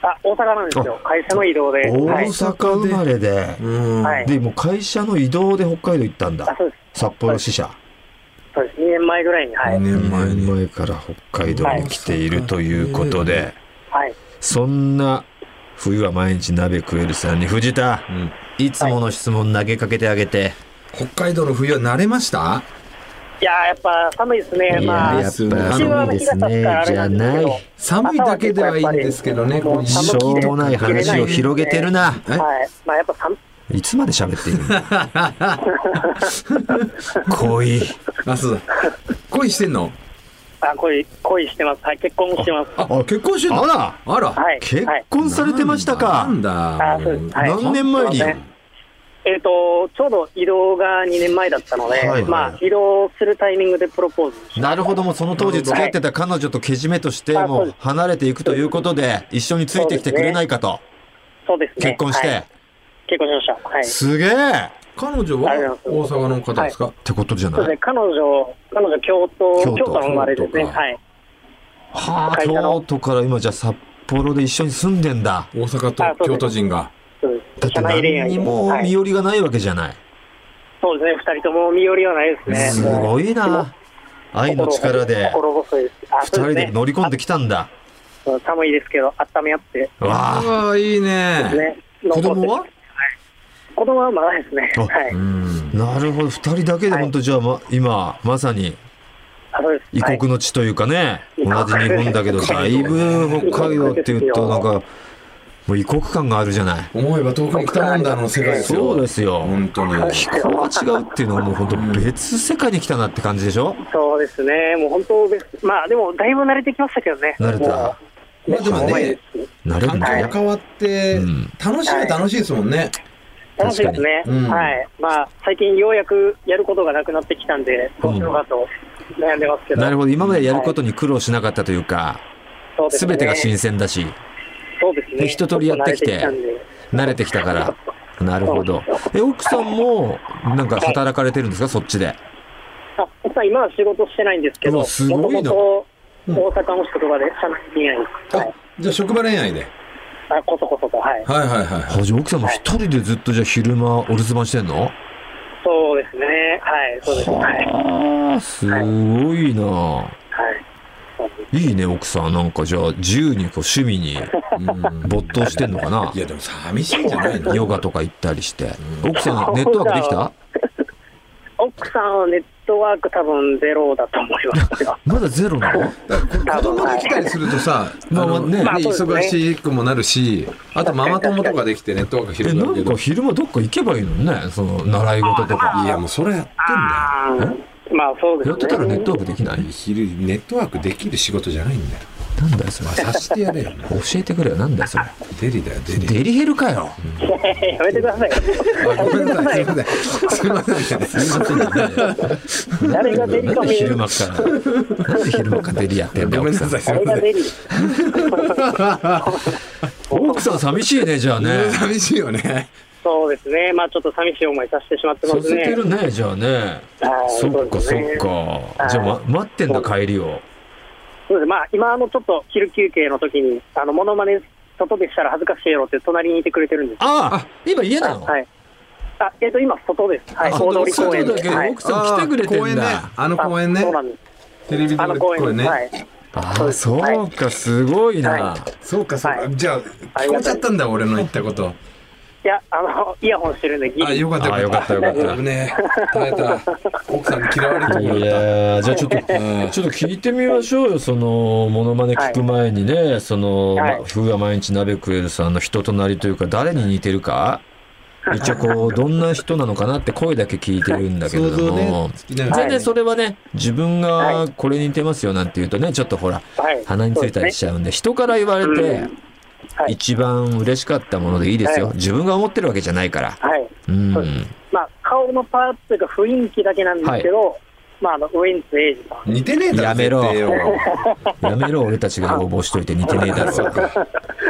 Speaker 3: あ、大阪なんですよ。会社の移動で。は
Speaker 1: 大
Speaker 3: い。
Speaker 1: 阪生まれで、
Speaker 2: うん
Speaker 3: はい
Speaker 1: でもう会社の移動で北海道行ったん
Speaker 3: あ
Speaker 1: だ、
Speaker 3: そうです。
Speaker 1: 札幌支社、
Speaker 3: そうです。2年前ぐらいに。はい
Speaker 2: 2。
Speaker 1: 2
Speaker 2: 年前
Speaker 1: 年
Speaker 2: に
Speaker 1: 前から北海道に来ているということで、
Speaker 3: はい。
Speaker 1: そんな冬は毎日鍋食えるさんに藤田
Speaker 2: うん
Speaker 1: いつもの質問投げかけてあげて、
Speaker 2: 北海道の冬は慣れました
Speaker 3: いやー、やっぱ寒いです
Speaker 1: い
Speaker 3: ね。まあ
Speaker 2: や、
Speaker 3: 日は日が差すからあれなんですけど。
Speaker 2: 寒いだけではいいんですけどねこう
Speaker 3: 朝は
Speaker 1: し
Speaker 3: 結構
Speaker 1: ょ
Speaker 3: やっぱり
Speaker 1: うもない話を広げてる。な。
Speaker 2: え
Speaker 3: はい。まあ、やっぱ寒
Speaker 1: いつまで喋っているの 恋。
Speaker 2: あそうだ恋してんの
Speaker 3: あ、恋、恋してます。はい。結婚もしてます。
Speaker 2: あ結婚してんの
Speaker 1: あら
Speaker 2: あら
Speaker 3: はい。
Speaker 1: 結
Speaker 3: はい。
Speaker 1: 婚されてましたか
Speaker 2: なんだ
Speaker 3: あそうですはい
Speaker 1: 何年前に
Speaker 3: そうですねえっと、ちょうど移動が2年前だったので、
Speaker 1: はいはい
Speaker 3: まあ、移動するタイミングでプロポーズし
Speaker 1: なるほどもうその当時付き合ってた彼女とけじめとして
Speaker 3: はい
Speaker 1: もう離れていくということで一緒についてきてくれないかと
Speaker 3: そうですね。
Speaker 1: 結婚し
Speaker 3: は
Speaker 1: て
Speaker 3: い結婚しました。はい。そ
Speaker 1: すげえ
Speaker 2: 彼女は大阪の方ですか
Speaker 1: ってことじゃ
Speaker 3: うです
Speaker 1: な
Speaker 3: ね
Speaker 1: い。
Speaker 3: 彼女、彼女、京都、
Speaker 1: 京
Speaker 3: 京
Speaker 1: 都
Speaker 3: 都の生まれですね。
Speaker 2: 京都か
Speaker 3: はい。
Speaker 1: はあ
Speaker 3: 会社
Speaker 1: 京
Speaker 3: の
Speaker 1: 都から今じゃあ札幌で一緒に住んでんだ
Speaker 2: 大阪と京都人が
Speaker 3: そうです
Speaker 1: だって
Speaker 3: 社内恋
Speaker 1: 何
Speaker 3: 愛
Speaker 1: に
Speaker 3: で
Speaker 1: も
Speaker 3: は
Speaker 1: 身
Speaker 3: い。
Speaker 1: 寄りがないわけじゃない
Speaker 3: そうですね。二人とも身寄りはないですね。
Speaker 1: す
Speaker 3: もう
Speaker 1: ごいな愛の力で
Speaker 3: 心細いです。あ、
Speaker 1: 二人で乗り込んできたんだ
Speaker 3: そうですね。寒いですけど、温め合って、
Speaker 1: わあ
Speaker 2: ああいいね
Speaker 3: ね。
Speaker 1: 子供
Speaker 3: 残っ
Speaker 1: は
Speaker 3: て子供はまだですね。
Speaker 1: あ
Speaker 3: はい。
Speaker 2: うん
Speaker 1: なるほど2人だけで
Speaker 3: はい
Speaker 1: 本当じゃあ、ま、今まさに
Speaker 3: あ、そうです。
Speaker 1: 異
Speaker 3: はい
Speaker 1: 国の地というかね、
Speaker 3: はい
Speaker 1: 同じ日本だけど
Speaker 2: 異国
Speaker 1: だいぶ北海道っていうとなんかもう異国感があるじゃない
Speaker 2: 思えば遠くに来たもんだの世界ですよ
Speaker 1: そうですよ
Speaker 2: 本当に
Speaker 1: 気候が違うっていうのはもう本当別世界に来たなって感じでしょ
Speaker 3: そうですね、もう本当です、まあでも、だいぶ慣れてきましたけどね、
Speaker 1: 慣れた
Speaker 3: もう
Speaker 2: まあでもね
Speaker 1: なれる
Speaker 2: 環
Speaker 1: んだ
Speaker 2: 境
Speaker 1: よ
Speaker 2: 変わって
Speaker 1: うん
Speaker 2: 楽しいは楽しいですもんね
Speaker 3: 楽しいですね、
Speaker 2: 確かにうん
Speaker 3: はいまあ、最近、ようやくやることがなくなってきたんで、どうしようかと悩んでますけど、
Speaker 1: なるほど今までやることに苦労しなかったというか
Speaker 3: そうですね
Speaker 1: 全てが新鮮だし
Speaker 3: そうです
Speaker 1: で
Speaker 3: ね、
Speaker 1: 一通りやってきて
Speaker 3: ちょっと慣れきたんで
Speaker 1: 慣れてきたからなるほどえ奥さんもなんか働かれてるんですかそっちで
Speaker 3: あ奥さん、今は仕事してないんですけ
Speaker 1: うわ
Speaker 3: ど、
Speaker 1: すごいな
Speaker 3: もともと大阪の職場で、社内恋愛、は
Speaker 2: あ
Speaker 3: い、
Speaker 2: じゃあ職場恋愛で
Speaker 3: あこそこそと、はい、
Speaker 2: はいはいはい
Speaker 1: はじ奥さんも一人でずっとじゃあ昼間お留守番してんの
Speaker 3: そうですね、はい、そうです、はい、はい、
Speaker 1: はあすごいなあいいね奥さんなんかじゃあ自由にこう趣味に
Speaker 2: うん
Speaker 1: 没頭してんのかない
Speaker 2: やでも寂しいんじゃないの
Speaker 1: ヨガとか行ったりして奥さんネットワークできた
Speaker 3: 奥さんはネットワーク、多分ゼロだと思いますよ。
Speaker 1: まだゼロなの
Speaker 2: 子供が来たりするとさ、
Speaker 1: まあ
Speaker 2: あ
Speaker 1: まあ
Speaker 2: の
Speaker 1: ね
Speaker 2: ね、
Speaker 3: まあそうですね
Speaker 2: 忙しくもなるし、あとママ友とかできてネットワーク
Speaker 1: え
Speaker 2: 広
Speaker 1: な
Speaker 2: がるけ
Speaker 1: んか
Speaker 2: ど、
Speaker 1: 昼間どっか行けばいいのにねその習い事とか
Speaker 2: いやもうそれやってんだ
Speaker 3: あーまあそうですね。
Speaker 1: やってたらネットワークできない
Speaker 2: よ。昼ネットワークできる仕事じゃないんだよ。
Speaker 1: なんだよそれ
Speaker 2: まあ察してやれよな。
Speaker 1: 教えてくれよなんだよそれ
Speaker 2: デリだよデリ。
Speaker 1: デリヘルかよ
Speaker 3: やめてください。
Speaker 2: あごめんなさいすみませんすみません。
Speaker 3: 誰がデリかも
Speaker 1: 昼間からなんで昼間からデリやってんだよ
Speaker 2: ごめん
Speaker 1: 奥
Speaker 2: な
Speaker 1: さん
Speaker 2: さいす
Speaker 3: 誰
Speaker 2: みま
Speaker 3: が
Speaker 2: せん。
Speaker 3: デリ。
Speaker 1: 奥さん寂しいねじゃあね
Speaker 2: 寂しいよね。
Speaker 3: そうですね。まあちょっと寂しい思いさせてしまってま
Speaker 1: さ
Speaker 3: す
Speaker 1: せ
Speaker 3: ね。
Speaker 1: てるねじゃあね
Speaker 3: はい
Speaker 1: そっか
Speaker 3: そう
Speaker 1: そ
Speaker 3: です
Speaker 1: っ
Speaker 3: ね
Speaker 1: か
Speaker 3: はい
Speaker 1: じゃあ、ま、待ってんだ帰りを
Speaker 3: そうです。まあ今あのちょっと昼休憩の時にあのモノマネ外でしたら恥ずかしいやろって隣にいてくれてるんです。
Speaker 1: ああ今家なの
Speaker 3: はい。あえっと今外です。はい。
Speaker 1: あ
Speaker 3: 大通り公
Speaker 1: 外
Speaker 3: 園
Speaker 1: だ
Speaker 3: で。
Speaker 1: けど
Speaker 3: はい
Speaker 1: 奥。さん来てくれて
Speaker 2: あー公
Speaker 1: ん
Speaker 2: 園ね
Speaker 1: だ。
Speaker 2: あの
Speaker 3: あ
Speaker 2: 公園ね
Speaker 3: そう。なんです。
Speaker 2: テレビ
Speaker 3: あ
Speaker 2: の
Speaker 3: の公園
Speaker 2: 公園
Speaker 3: で
Speaker 2: ね
Speaker 3: す。。はい。
Speaker 1: あ
Speaker 3: そう
Speaker 1: あ
Speaker 3: です
Speaker 1: そうかすごいな
Speaker 3: は
Speaker 2: そうかそう
Speaker 3: は
Speaker 2: か。
Speaker 3: い
Speaker 2: じゃあ聞こえちゃったんだ俺の言ったこと。
Speaker 3: いや、あの、イヤホンしてるんで、ギ
Speaker 2: あ、
Speaker 3: リ。
Speaker 2: よかった
Speaker 1: あ
Speaker 2: よ
Speaker 1: よ
Speaker 2: か
Speaker 1: か
Speaker 2: っ
Speaker 1: ったたよかった
Speaker 2: 危ねえ。耐えた。奥さんに嫌われても
Speaker 1: い
Speaker 2: らった。
Speaker 1: やーじゃあちょっと、
Speaker 2: ん
Speaker 1: ちょっと聞いてみましょうよ、その、ものまね聞く前にね、その、
Speaker 3: はい
Speaker 1: まふうが毎日鍋食えるさんの人となりというか、誰に似てるか一応こう、どんな人なのかなって声だけ聞いてるんだけれ
Speaker 2: 想
Speaker 1: ど
Speaker 2: 像ね
Speaker 1: も、、
Speaker 2: つきながら
Speaker 1: 全然それはね、自分がこれに似てますよなんて言うとね、ちょっとほら、
Speaker 3: はい。
Speaker 1: 鼻についたりしちゃうんで、人から言われ
Speaker 3: そうで
Speaker 1: て
Speaker 3: すね、うんはい
Speaker 1: 一番嬉しかったものでいいですよ
Speaker 3: は。い
Speaker 1: 自分が思ってるわけじゃないから。
Speaker 3: はい。
Speaker 1: うん
Speaker 3: そう。ですまあ、顔のパーツというか雰囲気だけなんですけど、まあ、あの、ウエンツ・エイジさん。
Speaker 2: 似てねえだろ
Speaker 1: やめろ
Speaker 2: 絶対よ
Speaker 1: やめろ、俺たちが応募しといて似てねえだろ。
Speaker 2: そうか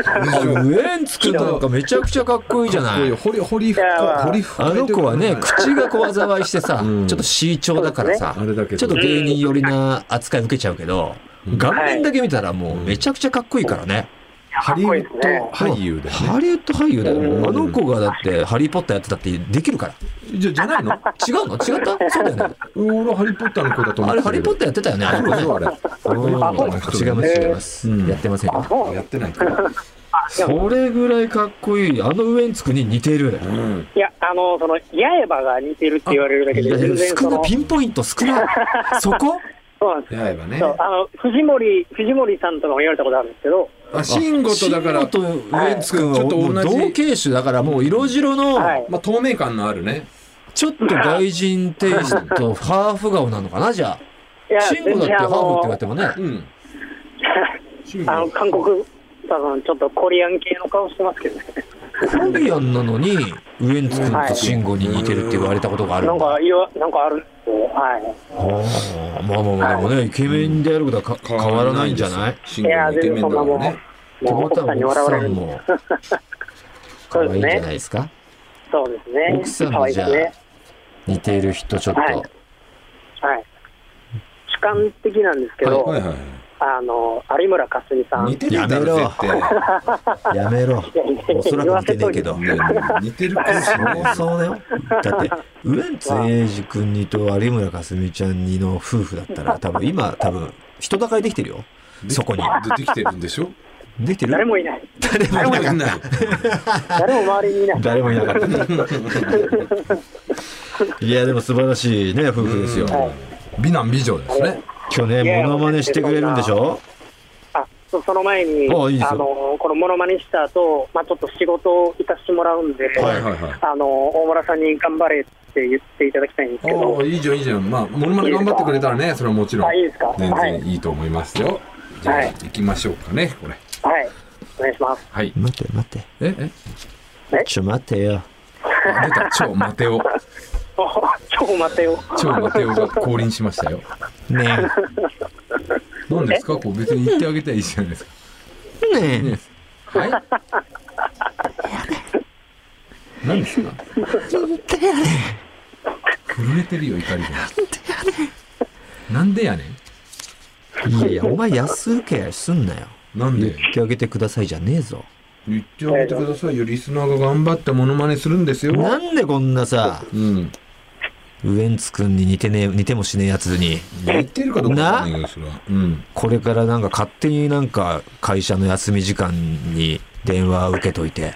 Speaker 1: あウエンツ君なんかめちゃくちゃかっこいいじゃない。
Speaker 2: 堀堀
Speaker 3: いやまあ
Speaker 2: 堀
Speaker 1: あの子はね、口がこう災いしてさ、
Speaker 2: うん
Speaker 1: ちょっと C 調だからさ、
Speaker 2: あれだけど
Speaker 1: ちょっと芸人寄りな扱い受けちゃうけど、顔面だけ見たらもうめちゃくちゃかっこいいからね。
Speaker 2: ハリウッド俳優だよ
Speaker 1: ハ
Speaker 2: ね
Speaker 1: リウッド俳優だよ。
Speaker 2: うん
Speaker 1: あの子がだって、ハリー・ポッターやってたってできるから。
Speaker 2: じゃじゃないの
Speaker 1: 違うの違ったそうだ よね。
Speaker 2: 俺はハリー・ポッターの子だと思
Speaker 1: あ
Speaker 2: っ
Speaker 1: れ、
Speaker 2: て
Speaker 1: ハリー・ポッターやってたよね。あの子ね
Speaker 2: そうあれ
Speaker 1: うん
Speaker 2: そう
Speaker 1: 違います、違います
Speaker 2: うん。
Speaker 1: やってませんよ。
Speaker 3: そう
Speaker 2: やってないから
Speaker 1: それぐらいかっこいい。あのウエンツ君に似てる。
Speaker 2: うん
Speaker 3: いや、あの、その、八重歯が似てるって言われるだけ
Speaker 1: い
Speaker 3: で、
Speaker 1: や
Speaker 3: 全然
Speaker 1: 少
Speaker 3: そ
Speaker 1: な
Speaker 3: の、
Speaker 1: ピンポイント少 ない。そこ
Speaker 3: そうなんです
Speaker 2: やればね
Speaker 3: そうあの藤森藤森さんとかも言われたことあるんですけど、
Speaker 2: あ慎吾とだから
Speaker 1: 慎吾とウエンツ君は
Speaker 2: ちょっと同
Speaker 1: もう
Speaker 2: じ
Speaker 1: 同系種だからもう色白の
Speaker 3: はい
Speaker 2: まあ透明感のあるね
Speaker 1: ちょっと外人テイストハーフ顔なのかなじゃ
Speaker 3: いや
Speaker 1: あ慎吾だってハーフって言われてもね
Speaker 2: うん慎
Speaker 3: あの
Speaker 2: 吾
Speaker 3: 韓国多分ちょっとコリアン系の顔してますけどね、
Speaker 1: コリアンなのにウエンツ君と慎吾に似てるって言われたことがある
Speaker 3: なんん
Speaker 1: だ、
Speaker 3: か言わなんかあるんですよはい。
Speaker 1: ああまあまあまあでもねイケメンであることはか変わらないんじゃないっ
Speaker 2: 慎
Speaker 3: い
Speaker 2: 吾
Speaker 3: や
Speaker 2: のイケ
Speaker 3: 全
Speaker 2: メ
Speaker 3: 然
Speaker 2: ンだ
Speaker 3: そ
Speaker 2: か
Speaker 3: んなも
Speaker 2: ら
Speaker 3: ん、
Speaker 2: ね
Speaker 1: て
Speaker 3: もう
Speaker 1: こ
Speaker 3: 奥
Speaker 1: と
Speaker 3: さ
Speaker 1: は
Speaker 3: んに
Speaker 1: 奥
Speaker 3: 笑わ
Speaker 1: さん
Speaker 3: れる
Speaker 1: も可
Speaker 3: そ
Speaker 1: 愛
Speaker 3: う
Speaker 1: い
Speaker 3: で
Speaker 1: んじゃ
Speaker 3: すね
Speaker 1: ないですか
Speaker 3: そうですね
Speaker 1: 奥さん
Speaker 3: 可
Speaker 1: も
Speaker 3: 愛い
Speaker 1: じ
Speaker 3: で
Speaker 1: ゃ
Speaker 3: すね
Speaker 1: あ似ている人ちょっと、
Speaker 3: はいはい主観的なんですけど、
Speaker 2: はいはい
Speaker 3: あの有村架純さん
Speaker 2: 似てるだろ絶対
Speaker 1: やめろおそらく似てねえけど
Speaker 2: うん似てるかもしれない
Speaker 1: そうそうだ よ。だって、ウエンツ瑛士君にと有村架純ちゃんにの夫婦だったら、多分今、多分人だかりできてるよ。そこに。
Speaker 2: 出てきてるんで しょ
Speaker 1: できてる
Speaker 3: 誰もいない
Speaker 1: 誰もいなかっ
Speaker 2: ない
Speaker 3: 誰も周りにいな
Speaker 1: た。
Speaker 3: い
Speaker 1: 誰もいなかった。いや、でも素晴らしいね、夫婦ですよ。
Speaker 3: はい
Speaker 2: 美男美女ですね
Speaker 1: 今日ね、モノマネしてくれるんでしょ
Speaker 3: あそうその前に
Speaker 1: あいいですよ
Speaker 3: あのこのモノマネした後、まあちょっと仕事を行かしてもらうんで、
Speaker 1: はい
Speaker 2: はいはい
Speaker 3: あの大村さんに頑張れって言っていただきたいんですけ
Speaker 2: お
Speaker 3: ど
Speaker 2: お、いいじゃんいいじゃんまあモノマネ頑張ってくれたらねそれはもちろん
Speaker 3: あいいですか
Speaker 2: 全
Speaker 3: はい
Speaker 2: 然いいと思いますよじゃあ
Speaker 3: はい
Speaker 2: 行きましょうかねこれ
Speaker 3: はいお願い します
Speaker 2: はい
Speaker 1: 待って、待って。
Speaker 2: ええ
Speaker 1: ちょ、待てよ。
Speaker 2: 出 た超マテオ
Speaker 3: お超待てよ
Speaker 2: 超マ テオが降臨しましたよ
Speaker 1: ね
Speaker 2: 何ですかこう別に言ってあげたらいいじゃないですか
Speaker 1: え。ねえ。
Speaker 2: ねはい 何ですか震えてるよ怒りがなんでやね
Speaker 1: いやいや、お前安請け合いすんなよ。
Speaker 2: んなん
Speaker 1: 言
Speaker 2: で
Speaker 1: ってあげてくださいじゃねえぞ。
Speaker 2: 言ってあげてくださいよリスナーが頑張ってモノマネするんですよ
Speaker 1: なんでこんなさ、
Speaker 2: うん
Speaker 1: ウエンツ君に似てねえ、似てもしねえやつに。
Speaker 2: 言ってるかどうかわかんないけどそれはうん
Speaker 1: これからなんか勝手になんか会社の休み時間に電話受けといて、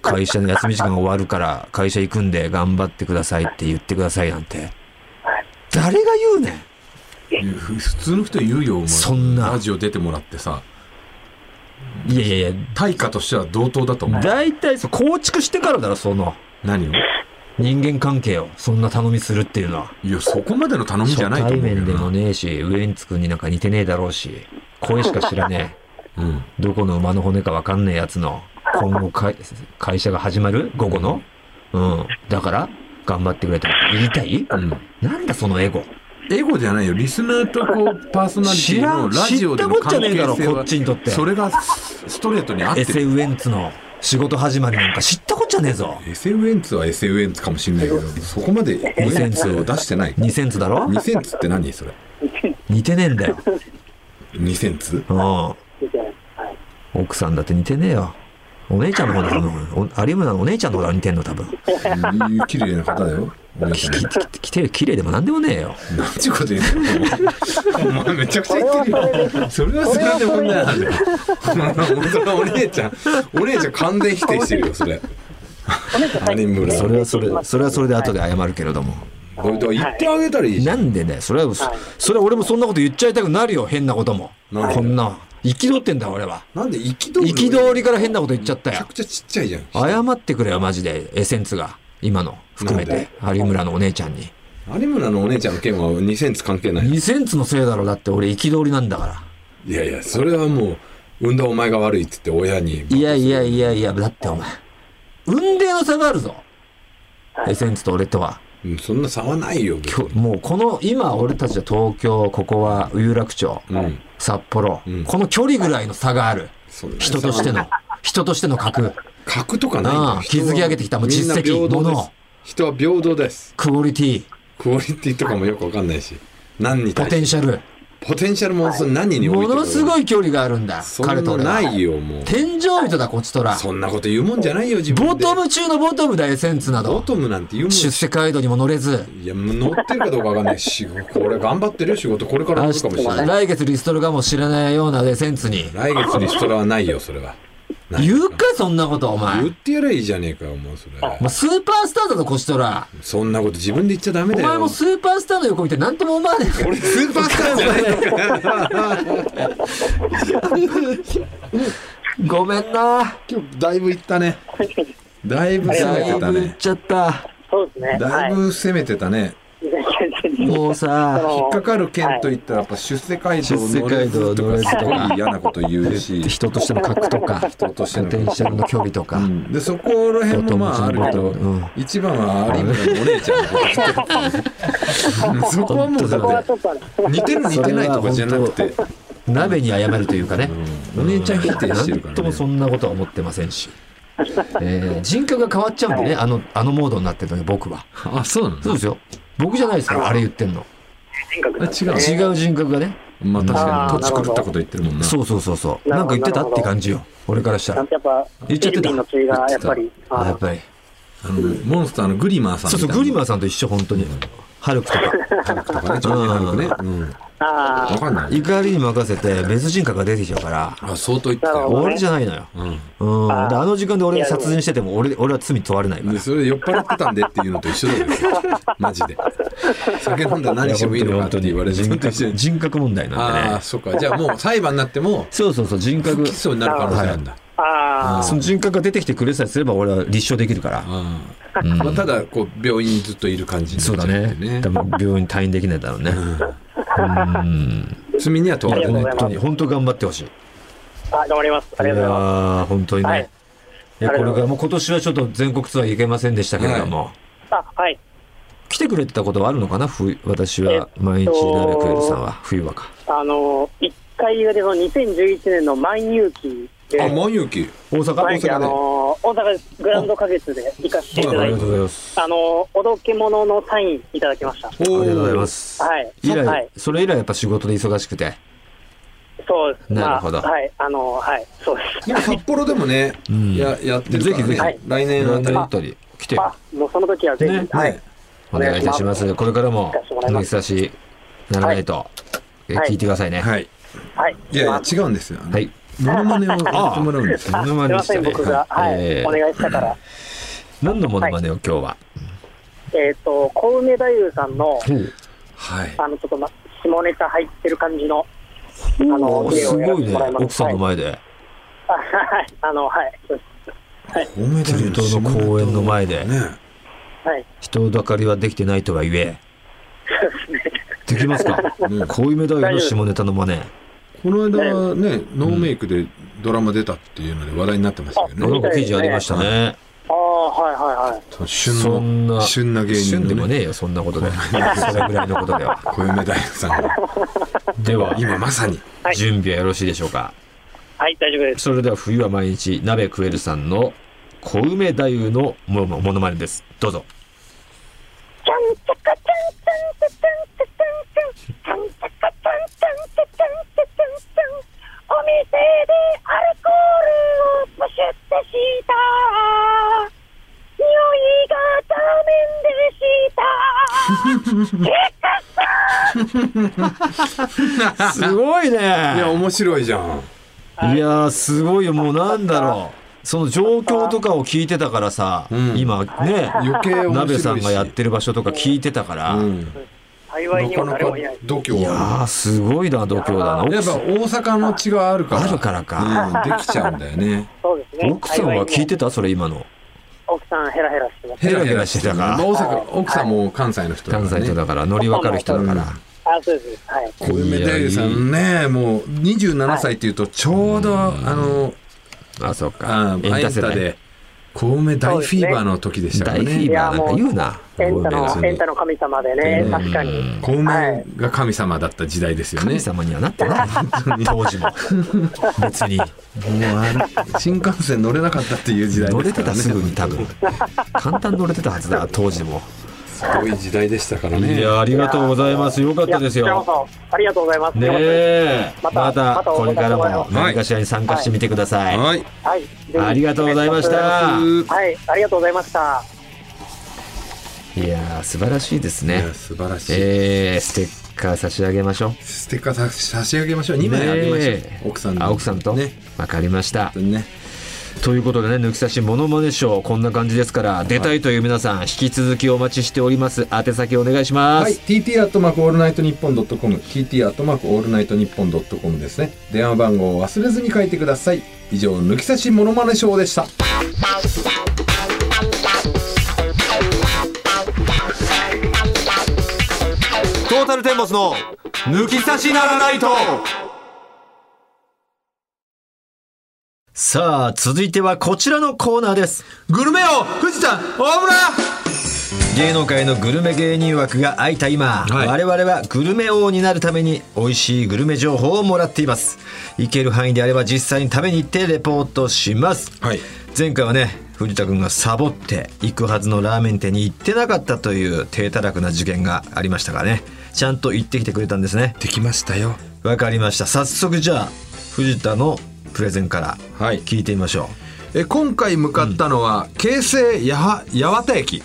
Speaker 1: 会社の休み時間終わるから会社行くんで頑張ってくださいって言ってくださいなんて。誰が言うねん
Speaker 2: いやふ普通の人言うよお前
Speaker 1: そんな
Speaker 2: ラジオ出てもらってさ
Speaker 1: いやいやい
Speaker 2: 対価としては同等だと思
Speaker 1: や、
Speaker 2: う
Speaker 1: 大体そう構築してからだろ、その
Speaker 2: 何を
Speaker 1: 人間関係をそんな頼みするっていうのは。
Speaker 2: いやそこまでの頼み
Speaker 1: 初
Speaker 2: じゃないと思
Speaker 1: 対
Speaker 2: うけ
Speaker 1: 面
Speaker 2: ど
Speaker 1: でも
Speaker 2: な
Speaker 1: ねえし、ウエンツ君になんか似てねえだろうし、声しか知らねえ。
Speaker 2: うん
Speaker 1: どこの馬の骨かわかんねえやつの、今後かい会社が始まる午後のうん。だから、頑張ってくれと言いたい
Speaker 2: うん
Speaker 1: なんだそのエゴ。
Speaker 2: エゴじゃないよリスナーとこうパーソナリテ
Speaker 1: 知
Speaker 2: ィ
Speaker 1: ら
Speaker 2: の
Speaker 1: ん、
Speaker 2: ラ
Speaker 1: 知
Speaker 2: ジ
Speaker 1: っ
Speaker 2: オで
Speaker 1: た
Speaker 2: の
Speaker 1: こっ
Speaker 2: 関
Speaker 1: ちゃねえ
Speaker 2: 係
Speaker 1: だろ、
Speaker 2: 性
Speaker 1: こ
Speaker 2: は
Speaker 1: っちにとって。
Speaker 2: それがスストレートに合っ
Speaker 1: エ
Speaker 2: て
Speaker 1: セ
Speaker 2: る
Speaker 1: ウエンツの仕事始まりなんか知ったこっちゃねえぞ。
Speaker 2: エセウエンツはエセウエンツかもしれないけどそこまで
Speaker 1: 二センツ
Speaker 2: を出してない
Speaker 1: 2センツだろ
Speaker 2: 2センツって何それ
Speaker 1: 似てねえんだよ。
Speaker 2: 2センツ
Speaker 1: う
Speaker 3: みたいなはい
Speaker 1: ん。奥さんだって似てねえよ。お姉ちゃんの方だろ、お有村のお姉ちゃんの方だろ、似てんの多分。
Speaker 2: うん綺麗な方だよお姉
Speaker 1: き
Speaker 2: さん
Speaker 1: きききてる、綺麗でもなんでもねえよ。
Speaker 2: なんちゅうこと言うんだよ。お前めちゃくちゃ言ってるよ。それはそれで問題なんだよ。それはお姉ちゃん、お姉ちゃん完全否定してるよ、それ。
Speaker 3: とね、最近
Speaker 2: 何村
Speaker 1: それはそれそれはそれで後で
Speaker 3: は
Speaker 1: 謝るけれども、
Speaker 2: これと言ってあげたらいいじゃ。
Speaker 1: なんんでねそれは、それは俺もそんなこと言っちゃいたくなるよ変なことも
Speaker 2: なんで
Speaker 1: こんな憤ってんだ俺は
Speaker 2: なんで憤る
Speaker 1: 憤りから変なこと言っちゃった
Speaker 2: めちゃ
Speaker 1: よ
Speaker 2: くちゃちっちゃいじゃん。
Speaker 1: 謝ってくれよマジでエセンツが今の含め
Speaker 2: なん
Speaker 1: て有村のお姉ちゃんに
Speaker 2: 有村のお姉ちゃんの件は2センチ関係ない。
Speaker 1: エセンツのせいだろだって俺憤りなんだから
Speaker 2: いやいや、それはもう、産んだお前が悪いって言って親に。
Speaker 1: いやいやいやいやだってお前運命の差があるぞ
Speaker 3: はい
Speaker 1: エセンツと俺とは
Speaker 2: うんそんな差はないよ。別
Speaker 1: きょ
Speaker 2: に
Speaker 1: もうこの今俺たちは東京ここは有楽町、
Speaker 2: うん。
Speaker 1: 札幌、
Speaker 2: うん
Speaker 1: この距離ぐらいの差がある
Speaker 2: そんな
Speaker 1: 人としての人としての格
Speaker 2: 格とかないんだ
Speaker 1: ああ
Speaker 2: よ人は
Speaker 1: 築き上げてきたもう
Speaker 2: みんな
Speaker 1: 実績
Speaker 2: 平等です
Speaker 1: もの
Speaker 2: 人は平等です
Speaker 1: クオリティ
Speaker 2: クオリティとかもよくわかんないし何に
Speaker 1: ポ
Speaker 2: 対
Speaker 1: テン
Speaker 2: し
Speaker 1: シ
Speaker 2: て
Speaker 1: ャル
Speaker 2: ポテンシャルもその何に置い
Speaker 1: も
Speaker 2: てる
Speaker 1: のすごい距離があるんだ
Speaker 2: そ
Speaker 1: 彼
Speaker 2: ん
Speaker 1: と
Speaker 2: な
Speaker 1: 俺は
Speaker 2: ないよもう
Speaker 1: 天井人だこっちとら
Speaker 2: そんなこと言うもんじゃないよ自
Speaker 1: ボ
Speaker 2: 分で
Speaker 1: トム中のボトムだエセンツな
Speaker 2: ボ
Speaker 1: ど
Speaker 2: トムなんて言うもん
Speaker 1: 出世街道にも乗れず
Speaker 2: いや乗ってるかどうかわかんないしこれ頑張ってるよ仕事これから
Speaker 1: 明
Speaker 2: 来るかもしれ
Speaker 1: 日
Speaker 2: ない
Speaker 1: 来月リストルかもしれないようなエセンツに
Speaker 2: 来月リストラはないよそれはない
Speaker 1: 言うかそんなことお前
Speaker 2: 言ってやればいいじゃねえかよもうそれ
Speaker 1: お前スーパースターだぞこっちとら
Speaker 2: そんなこと自分で言っちゃダメ
Speaker 1: お
Speaker 2: だよ
Speaker 1: 前もスーパースターの横見て何とも思わねえから
Speaker 2: 俺スーパースターじゃないのか
Speaker 1: ごめんな
Speaker 2: 今日だいぶいったね
Speaker 3: 確かに
Speaker 2: だいぶ攻
Speaker 1: だ
Speaker 2: め
Speaker 1: い
Speaker 2: てた
Speaker 1: ぶいっ
Speaker 2: ね
Speaker 1: ちゃった
Speaker 3: そうですね。
Speaker 2: だい
Speaker 3: は
Speaker 2: ぶ攻めてたね、
Speaker 3: い。
Speaker 1: もうさ
Speaker 3: その
Speaker 2: 引っかかる件といったらやっぱ出世街道乗れずと
Speaker 1: 出世街道
Speaker 2: か
Speaker 1: 乗れず
Speaker 2: す
Speaker 1: と
Speaker 2: ご
Speaker 1: か
Speaker 2: い嫌なこと言うし、
Speaker 1: 人としての格と か
Speaker 2: 人として
Speaker 1: ポ
Speaker 2: の
Speaker 1: テンシャルの距離とか、
Speaker 2: うんでそこら辺もまああるけど、
Speaker 1: うん
Speaker 2: 一番は有村のお姉ちゃんのことそこはもう
Speaker 1: そこ
Speaker 3: ここ
Speaker 2: だ
Speaker 3: は
Speaker 2: っ
Speaker 3: ちょっとあの
Speaker 2: て似てる似てないとかじゃなくて
Speaker 1: 鍋に謝るというかね、
Speaker 2: うん
Speaker 1: お姉ちゃん否定
Speaker 2: うん
Speaker 1: してるから、ね、ともそんなことは思ってません し、えー人格が変わっちゃうんでねあのあのモードになってるのに僕は
Speaker 4: あ、そうなの
Speaker 1: そうですよ僕じゃないですからあれ言ってんの
Speaker 3: 変革なんですね
Speaker 4: あ
Speaker 1: 違う人格がね、
Speaker 2: まあ確
Speaker 3: あ
Speaker 2: か
Speaker 3: ー
Speaker 2: に土地狂ったこと言ってるもんな
Speaker 1: そうそうそうそう
Speaker 3: な
Speaker 1: な
Speaker 3: る
Speaker 1: ん
Speaker 3: ほ
Speaker 1: か
Speaker 3: ど
Speaker 1: 言ってたって感じよ俺からした
Speaker 3: な
Speaker 1: ら
Speaker 3: んかやっぱ、
Speaker 1: 言っちゃってた
Speaker 3: フィリピンの釣りがやっぱり、あ
Speaker 1: あ
Speaker 3: の
Speaker 1: やっぱり
Speaker 2: あのモンスターのグリマーさん
Speaker 1: そう
Speaker 2: み
Speaker 1: そ
Speaker 2: たいうな
Speaker 1: グリマーさんと一緒本当にハルクとか
Speaker 2: ーとかねジョニーハルクねうん
Speaker 3: あ
Speaker 2: わ
Speaker 3: ー
Speaker 2: かんない
Speaker 1: 怒りに任せて別人格が出てきちゃうから
Speaker 2: あ相当言ってた
Speaker 3: なる
Speaker 2: よ
Speaker 3: ほど
Speaker 1: 終わりじゃないのよ
Speaker 2: うん
Speaker 1: うん、
Speaker 3: あー
Speaker 1: であの時間で俺が殺人してても俺俺は罪問われないか
Speaker 2: で
Speaker 1: ら。
Speaker 2: それで酔っ払ってたんでっていうのと一緒 だよマジで酒飲んだら何してもいいのかって言われる
Speaker 1: 人
Speaker 2: のと
Speaker 1: 格
Speaker 2: 一緒に
Speaker 1: 人格問題なんで
Speaker 2: ああ
Speaker 1: ね。
Speaker 2: そっかじゃあもう裁判になっても
Speaker 1: そうそうそう人
Speaker 2: 不
Speaker 1: 格
Speaker 2: 起訴になる可能性あるんだ、
Speaker 3: あ
Speaker 1: その人格が出てきてくれさえすれば俺は立証できるから。
Speaker 2: あ
Speaker 1: う
Speaker 2: ー
Speaker 1: ん
Speaker 2: まあ、ただこう病院にずっといる感じになっち
Speaker 1: そ
Speaker 2: ゃ
Speaker 1: うだ
Speaker 2: って
Speaker 1: ね。多分病院に退院できないだろうね。うん。
Speaker 2: 罪には問われ
Speaker 3: あり
Speaker 2: ない
Speaker 3: がと
Speaker 1: 本当
Speaker 3: うございます
Speaker 1: に本当頑張ってほしい。い
Speaker 3: ーあ、頑張ります。あり
Speaker 1: や
Speaker 3: がとうございま
Speaker 1: ー本当に
Speaker 3: は
Speaker 1: ねい
Speaker 3: い。
Speaker 1: や
Speaker 3: あ
Speaker 1: これ
Speaker 3: りがとうございます
Speaker 1: からもう今年はちょっと全国ツアー行けませんでしたけれども。
Speaker 3: す。あ、はい。
Speaker 1: 来てくれてたことはあるのかな冬私は毎日ナベクエルさんは冬はか
Speaker 3: あの、一回がでその2011年の万有期で、
Speaker 2: あ万有期
Speaker 1: 大阪
Speaker 3: 万有期、あ
Speaker 1: で
Speaker 3: の、大阪グランド花月で行かせていた
Speaker 1: あ
Speaker 3: だ
Speaker 1: り
Speaker 3: い
Speaker 1: が
Speaker 3: て
Speaker 1: とう、ございます
Speaker 3: あの、おどけもののサインいただきました。
Speaker 1: ありがとうございますす。
Speaker 3: はい
Speaker 1: 以来、
Speaker 3: はい
Speaker 1: それ以来やっぱ仕事で忙しくて。
Speaker 3: そうです。
Speaker 1: なるほど
Speaker 3: まあはい。あの、はい。そうです。
Speaker 2: でも札幌でもね、
Speaker 1: ん
Speaker 2: ややってるから、ね、
Speaker 1: ぜひぜひ
Speaker 2: はい来年あ
Speaker 1: 何
Speaker 2: た
Speaker 1: で
Speaker 2: り
Speaker 1: あったり来てよ
Speaker 3: あ、もうその時はぜひ、
Speaker 1: ね
Speaker 3: はい。
Speaker 2: ね
Speaker 1: お願いいたします。これからも
Speaker 3: かせてもらい
Speaker 1: 抜
Speaker 3: ま
Speaker 1: き
Speaker 3: す
Speaker 1: 差しならないと、えー
Speaker 3: はい
Speaker 1: 聞いてくださいね。
Speaker 2: はい
Speaker 3: はい。
Speaker 2: いやい
Speaker 3: ま
Speaker 2: や
Speaker 3: あ
Speaker 2: 違うんですよあの
Speaker 1: はい。
Speaker 2: モノマネをやってもらうんですよ
Speaker 1: モノマ
Speaker 3: すい
Speaker 1: ネ
Speaker 3: ま
Speaker 1: した
Speaker 3: せん、
Speaker 1: ね
Speaker 3: 僕が、はい、
Speaker 1: えー
Speaker 3: お願いしたから。
Speaker 1: 何のモノマネを今日は。
Speaker 3: えっ、と、小梅太夫さん
Speaker 2: は
Speaker 3: の、
Speaker 2: い
Speaker 3: あの、ちょっと、ま、下ネタ入ってる感じの、あ
Speaker 1: お
Speaker 3: の、
Speaker 1: す
Speaker 3: をやら
Speaker 1: ご
Speaker 3: せ
Speaker 1: いね
Speaker 3: てもらい。ま
Speaker 1: 奥
Speaker 3: す。
Speaker 1: さん
Speaker 3: はい
Speaker 1: の。前で。
Speaker 3: あはい。あの、はい。そうです
Speaker 2: おめで
Speaker 1: 中東の公園の前で
Speaker 2: ね
Speaker 3: はい。
Speaker 1: 人だかりはできてないとは言え。できますか
Speaker 2: うん
Speaker 1: 小梅太夫の下ネタの真似。
Speaker 2: この間ねノーメイクでドラマ出たっていうので話題になってましたけど
Speaker 1: なん
Speaker 2: ね
Speaker 1: か記事ありましたね。
Speaker 3: ああ、はいはいはい。
Speaker 2: その
Speaker 1: そん
Speaker 2: 旬
Speaker 1: な
Speaker 2: の旬な芸人
Speaker 1: 旬で
Speaker 2: の
Speaker 1: も
Speaker 2: ね
Speaker 1: ねえよ、そんなこと で。それぐらいのことでは。
Speaker 2: 小梅大夫 さんが
Speaker 1: では、
Speaker 2: 今まさに
Speaker 3: はい
Speaker 1: 準備はよろしいでしょうか。
Speaker 3: はい、大丈夫です。
Speaker 1: それでは冬は毎日鍋食えるさんの小梅太夫のももものまねです。どうぞ。
Speaker 3: ちゃんちゃかちゃんちゃんちゃちゃちゃんちゃんちゃんちゃかちゃんちゃんちゃちゃんちゃちゃんちゃんお店でアルコールをプシュってした匂いがダ
Speaker 1: すごいね。い
Speaker 2: いや
Speaker 1: や
Speaker 2: 面白いじゃん
Speaker 1: ー、すごいよ。もうなんだろその状況とかを聞いてたからさ、
Speaker 2: ん
Speaker 1: 今ね、
Speaker 2: 余計面白いし
Speaker 1: 鍋さんがやってる場所とか聞いてたから、
Speaker 2: うん
Speaker 4: 幸い
Speaker 2: な
Speaker 4: に
Speaker 2: か
Speaker 4: も
Speaker 2: な
Speaker 4: 誰
Speaker 2: か
Speaker 4: もいない。
Speaker 2: 度
Speaker 1: い
Speaker 2: 胸
Speaker 1: や
Speaker 2: あ
Speaker 1: ーすごいな度胸だな
Speaker 2: る
Speaker 1: 奥
Speaker 2: やっぱ
Speaker 1: さん
Speaker 2: 大阪の血があるから
Speaker 1: あるからか、
Speaker 2: うん、できちゃうんだよね
Speaker 4: そうですね。
Speaker 1: 奥さんは聞いてたそれ今の
Speaker 4: 奥さんヘラヘラしてます。
Speaker 1: ヘラヘラしてたから
Speaker 2: まあ大阪奥さんも関西の人だから
Speaker 1: 関
Speaker 2: ね
Speaker 1: 西人だから乗り分かる人だから、
Speaker 4: あ、そうです。はい。
Speaker 2: 小梅太夫さんねもう27歳っていうとちょうど、あの
Speaker 1: あそうか
Speaker 2: あエンタ
Speaker 1: 世代
Speaker 2: で小梅大フィーバーの時でしたから
Speaker 1: 大フィー
Speaker 2: ね
Speaker 1: バーなんか言うな
Speaker 4: エンタ
Speaker 2: そう
Speaker 4: の、
Speaker 2: ね
Speaker 4: エンタの神様でね
Speaker 2: う、ん
Speaker 4: 確かに。
Speaker 2: 小梅が神様だった時代ですよね
Speaker 1: 神様にはなってない 当時も別に
Speaker 2: もうあの新幹線乗れなかったっていう時代
Speaker 1: 乗
Speaker 2: で
Speaker 1: れ
Speaker 2: すか
Speaker 1: てた
Speaker 2: らね
Speaker 1: すぐに多分簡単に乗れてたはずだ当時も
Speaker 2: すごい時代でしたからね
Speaker 1: いやありがとうございますよかったです
Speaker 4: いやこ
Speaker 1: よ
Speaker 4: ちらこそありがとうございます。
Speaker 1: ねえ
Speaker 4: また
Speaker 1: また
Speaker 4: また
Speaker 1: これからも
Speaker 4: はい
Speaker 1: 何かしらに参加してみてください、
Speaker 2: はい
Speaker 4: はい。ぜひ
Speaker 1: ありがとうございました
Speaker 4: はい、ありがとうございました。
Speaker 1: い、やー素晴らしいです
Speaker 2: い
Speaker 1: ね
Speaker 2: や素晴らしい、
Speaker 1: えー、ステッカー差し上げましょう
Speaker 2: ステッカーさ差し上げましょう2枚あげましょう、
Speaker 1: ねえ
Speaker 2: 奥さん
Speaker 1: あ奥さんと、
Speaker 2: ね
Speaker 1: わかりました
Speaker 2: 本当にね
Speaker 1: ということでね抜き差しモノマネショーこんな感じですから出たいという皆さん引き続きお待ちしております宛先お願いしま
Speaker 2: はい、
Speaker 1: す
Speaker 2: TT アットマークオールナイトニッポンドットコム、TT アットマークオールナイトニッポンドットコムですね。電話番号を忘れずに書いてください。以上、抜き差しモノマネショーでした。
Speaker 1: トータルテンボスの抜き差しならないとさあ続いてはこちらのコーナーです
Speaker 2: グルメ王、藤田、大村
Speaker 1: 芸能界のグルメ芸人枠が空いた今、
Speaker 2: はい
Speaker 1: 我々はグルメ王になるために美味しいグルメ情報をもらっています行ける範囲であれば実際に食べに行ってレポートします、
Speaker 2: はい
Speaker 1: 前回はね藤田君がサボって行くはずのラーメン店に行ってなかったという低たらくな事件がありましたからねちゃんと行ってきてくれたんですね
Speaker 2: できましたよ。
Speaker 1: わかりました早速じゃあ藤田のプレゼンから
Speaker 2: はい
Speaker 1: 聞いてみましょう、
Speaker 2: え今回向かったのは、京成八幡八幡駅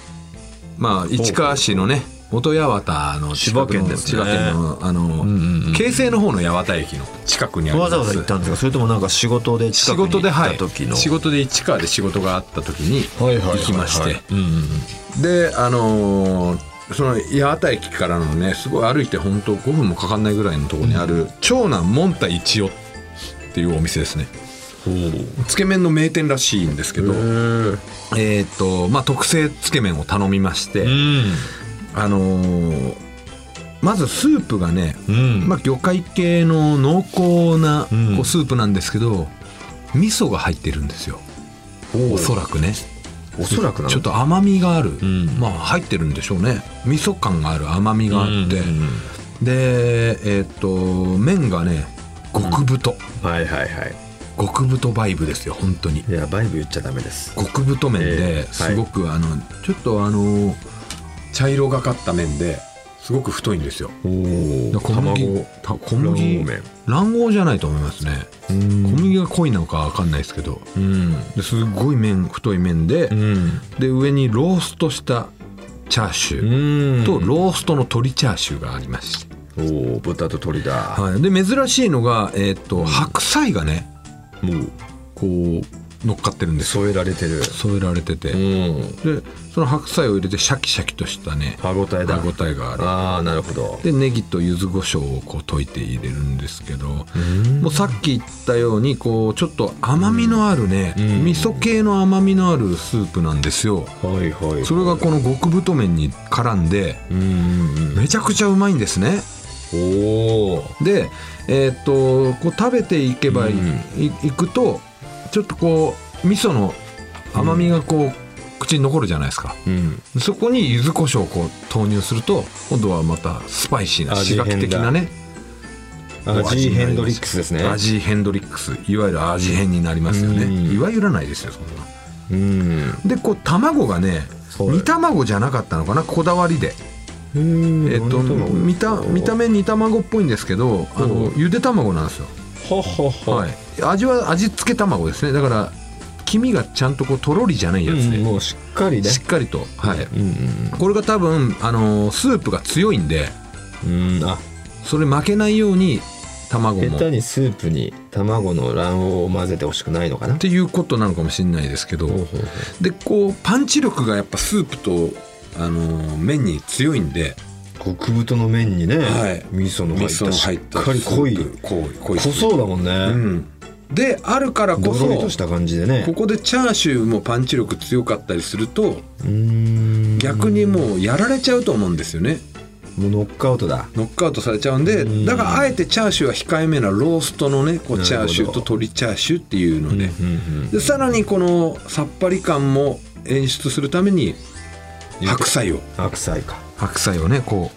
Speaker 2: まあ市川市のね元八幡の近く
Speaker 1: 千
Speaker 2: の
Speaker 1: 葉県ですね
Speaker 2: 千葉県のあの、京成の方の八幡駅の近くにありま
Speaker 1: わ
Speaker 2: す
Speaker 1: ざわざ行ったんですかそれともなんか仕事で
Speaker 2: 仕
Speaker 1: 近くに行
Speaker 2: 事
Speaker 1: っ
Speaker 2: では
Speaker 1: た
Speaker 2: い
Speaker 1: 時の
Speaker 2: 仕事で市川で仕事があった時に
Speaker 1: はいはいはいはい
Speaker 2: 行きまして
Speaker 1: うんうんうん
Speaker 2: であのーその八幡駅からのねすごい歩いて本当5分もかかんないぐらいのところにある、長男もんた一代っていうお店ですねつけ麺の名店らしいんですけどえーっとまあ特製つけ麺を頼みまして、
Speaker 1: うん
Speaker 2: あのーまずスープがね、
Speaker 1: うん
Speaker 2: まあ、魚介系の濃厚な
Speaker 1: うん
Speaker 2: こうスープなんですけど、味噌が入ってるんですよおそらくね
Speaker 1: おそらくなの
Speaker 2: ちょっと甘みがある、
Speaker 1: ん
Speaker 2: まあ入ってるんでしょうね味噌感がある甘みがあって、
Speaker 1: うんうん
Speaker 2: でえーっと麺がね極太、
Speaker 1: はいはいはい
Speaker 2: 極太バイブですよ本当に
Speaker 1: いやバイブ言っちゃダメです
Speaker 2: 極太麺
Speaker 1: ええは
Speaker 2: で
Speaker 1: い
Speaker 2: すごく、あのちょっとあの茶色がかった麺ですごく太いんですよ
Speaker 1: おお
Speaker 2: 小麦た小
Speaker 1: 卵
Speaker 2: 麦
Speaker 1: 黄麺
Speaker 2: 卵黄じゃないと思いますね小麦が濃いのか分かんないですけど
Speaker 1: うん
Speaker 2: ですごい麺太い麺で、
Speaker 1: うん
Speaker 2: で上にローストしたチャーシュー
Speaker 1: うん
Speaker 2: とローストの鶏チャーシューがありまして、
Speaker 1: おお豚と鶏だ
Speaker 2: はい、で珍しいのが、えーっと白菜がね
Speaker 1: もう
Speaker 2: こう乗っかってるんですよ
Speaker 1: 添えられてる
Speaker 2: 添えられてて、
Speaker 1: うん
Speaker 2: でその白菜を入れてシャキシャキとしたね
Speaker 1: 歯応えだ
Speaker 2: 歯応えがある
Speaker 1: ああなるほど
Speaker 2: でネギと柚子胡椒をこう溶いて入れるんですけどもうさっき言ったようにこうちょっと甘みのあるね、
Speaker 1: ん
Speaker 2: 味噌系の甘みのあるスープなんですよ
Speaker 1: はいはい
Speaker 2: それがこの極太麺に絡んで
Speaker 1: うん
Speaker 2: めちゃくちゃうまいんですね
Speaker 1: うんおお
Speaker 2: でえーっとこう食べていけばい,、
Speaker 1: うん
Speaker 2: いいくとちょっとこう味噌の甘みがこう、口に残るじゃないですか
Speaker 1: うん
Speaker 2: そこに柚子胡椒をこう投入すると今度はまたスパイシーな
Speaker 1: 味
Speaker 2: 刺
Speaker 1: 変だ
Speaker 2: 激的なね
Speaker 1: アジーヘンドリックスですね
Speaker 2: アジーヘンドリックスいわゆるアジ変になりますよね
Speaker 1: うん
Speaker 2: いわゆらないですよそんな
Speaker 1: うん
Speaker 2: でこう卵がね
Speaker 1: はい
Speaker 2: 煮卵じゃなかったのかなこだわりで、
Speaker 1: え
Speaker 2: えっと、見た見た目煮卵っぽいんですけどあ
Speaker 1: ほう
Speaker 2: のゆで卵なんですよ、
Speaker 1: ははは
Speaker 2: はい、味は味付け卵ですねだから黄身がちゃんとこうとろりじゃないやつで、
Speaker 1: うんもうしっかりね
Speaker 2: しっかりと、はい、
Speaker 1: うん
Speaker 2: これが多分、あのスープが強いんで
Speaker 1: うんうんあ
Speaker 2: それ負けないように卵も
Speaker 1: 下手にスープに
Speaker 5: 卵の卵黄を混ぜてほしくないのかな
Speaker 2: っていうことなのかもしれないですけど、
Speaker 5: ほうほ
Speaker 2: でこうパンチ力がやっぱスープとあの麺に強いんで
Speaker 5: 極太の麺にね、
Speaker 2: はい
Speaker 5: 味噌の入った
Speaker 2: 味噌の入った
Speaker 5: しっかり濃い
Speaker 2: スープ濃い濃
Speaker 5: 濃
Speaker 2: い
Speaker 5: そうだもんね、
Speaker 2: うん、であるからこ
Speaker 5: ド
Speaker 2: そ
Speaker 5: ロリとした感じでね
Speaker 2: ここでチャーシューもパンチ力強かったりすると
Speaker 5: うーん
Speaker 2: 逆にもうやられちゃうと思うんですよね
Speaker 5: もうノックアウトだ
Speaker 2: ノックアウトされちゃうんで
Speaker 5: うん
Speaker 2: だからあえてチャーシューは控えめなローストのねこうチャーシューと
Speaker 5: なるほど
Speaker 2: 鶏チャーシューっていうので,、
Speaker 5: うんうん
Speaker 2: でさらにこのさっぱり感も演出するために白菜を
Speaker 5: 白菜か
Speaker 2: 白菜をねこ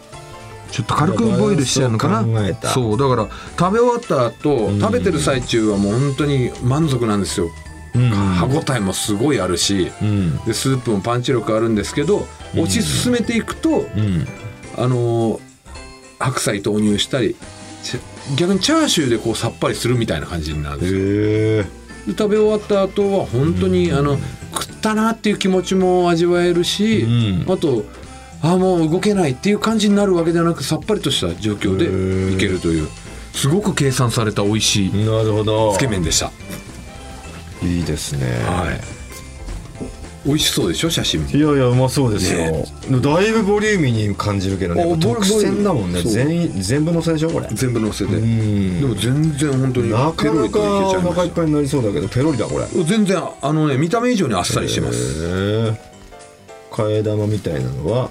Speaker 2: うちょっと軽くボイルしてるのかな
Speaker 5: バランスを考えた
Speaker 2: そうだから食べ終わった後
Speaker 5: うん
Speaker 2: 食べてる最中はもう本当に満足なんですよ
Speaker 5: うん
Speaker 2: 歯ごたえもすごいあるし
Speaker 5: うん
Speaker 2: でスープもパンチ力あるんですけど
Speaker 5: うん
Speaker 2: 推し進めていくと
Speaker 5: うん
Speaker 2: あのー白菜投入したりち逆にチャーシューでこうさっぱりするみたいな感じになるんですよ
Speaker 5: へえ
Speaker 2: で食べ終わった後は本当にあの食ったなっていう気持ちも味わえるし、
Speaker 5: うん
Speaker 2: あとあもう動けないっていう感じになるわけではなくさっぱりとした状況
Speaker 5: へー
Speaker 2: でいけるというすごく計算された美味しい
Speaker 5: なるほど
Speaker 2: つけ麺でした、
Speaker 5: いいですね
Speaker 2: はい美味しそうでしょ写真も
Speaker 5: いやいやうまそうですよ、
Speaker 2: ね
Speaker 5: だいぶボリューミーに感じるけどね
Speaker 2: あ
Speaker 5: やっぱ
Speaker 2: ボリ
Speaker 5: 特選だもんね
Speaker 2: ボリ
Speaker 5: 全員全部のせでしょこれ
Speaker 2: 全部乗せて、
Speaker 5: うん
Speaker 2: でも全然本当に
Speaker 5: なかなかお
Speaker 2: いま
Speaker 5: 腹いっ
Speaker 2: した
Speaker 5: ぱいになりそうだけどペロリだこれ
Speaker 2: 全然あのね見た目以上にあっさりしてます
Speaker 5: へえ替え玉みたいなのは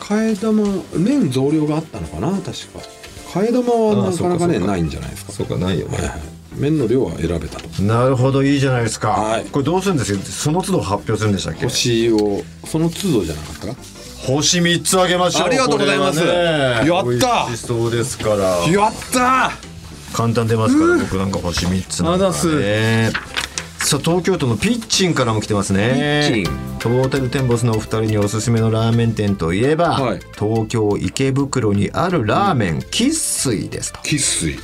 Speaker 2: 替え玉麺増量があったのかな確か替え玉はなかなか
Speaker 5: あそうかそ
Speaker 2: ね
Speaker 5: うか
Speaker 2: ないんじゃないですか
Speaker 5: そうかないよね、
Speaker 2: はいはい麺の量は選べたと
Speaker 5: なるほどいいじゃないですか、
Speaker 2: はい
Speaker 5: これどうするんですかその都度発表するんでしたっけ
Speaker 2: 星をその都度じゃなかったか
Speaker 5: 星3つあげましょう
Speaker 2: ありがとうございます
Speaker 5: これはね
Speaker 2: やった
Speaker 5: 美味しそうですから
Speaker 2: やった
Speaker 5: 簡単出ますから僕なんか星3つなんだ、ね、
Speaker 2: あざす
Speaker 5: さあ東京都のピッチンからも来てますね
Speaker 2: ピッチ
Speaker 5: トータルテンボスのお二人におすすめのラーメン店といえば、
Speaker 2: はい
Speaker 5: 東京池袋にあるラーメン喫水ですと
Speaker 2: 喫水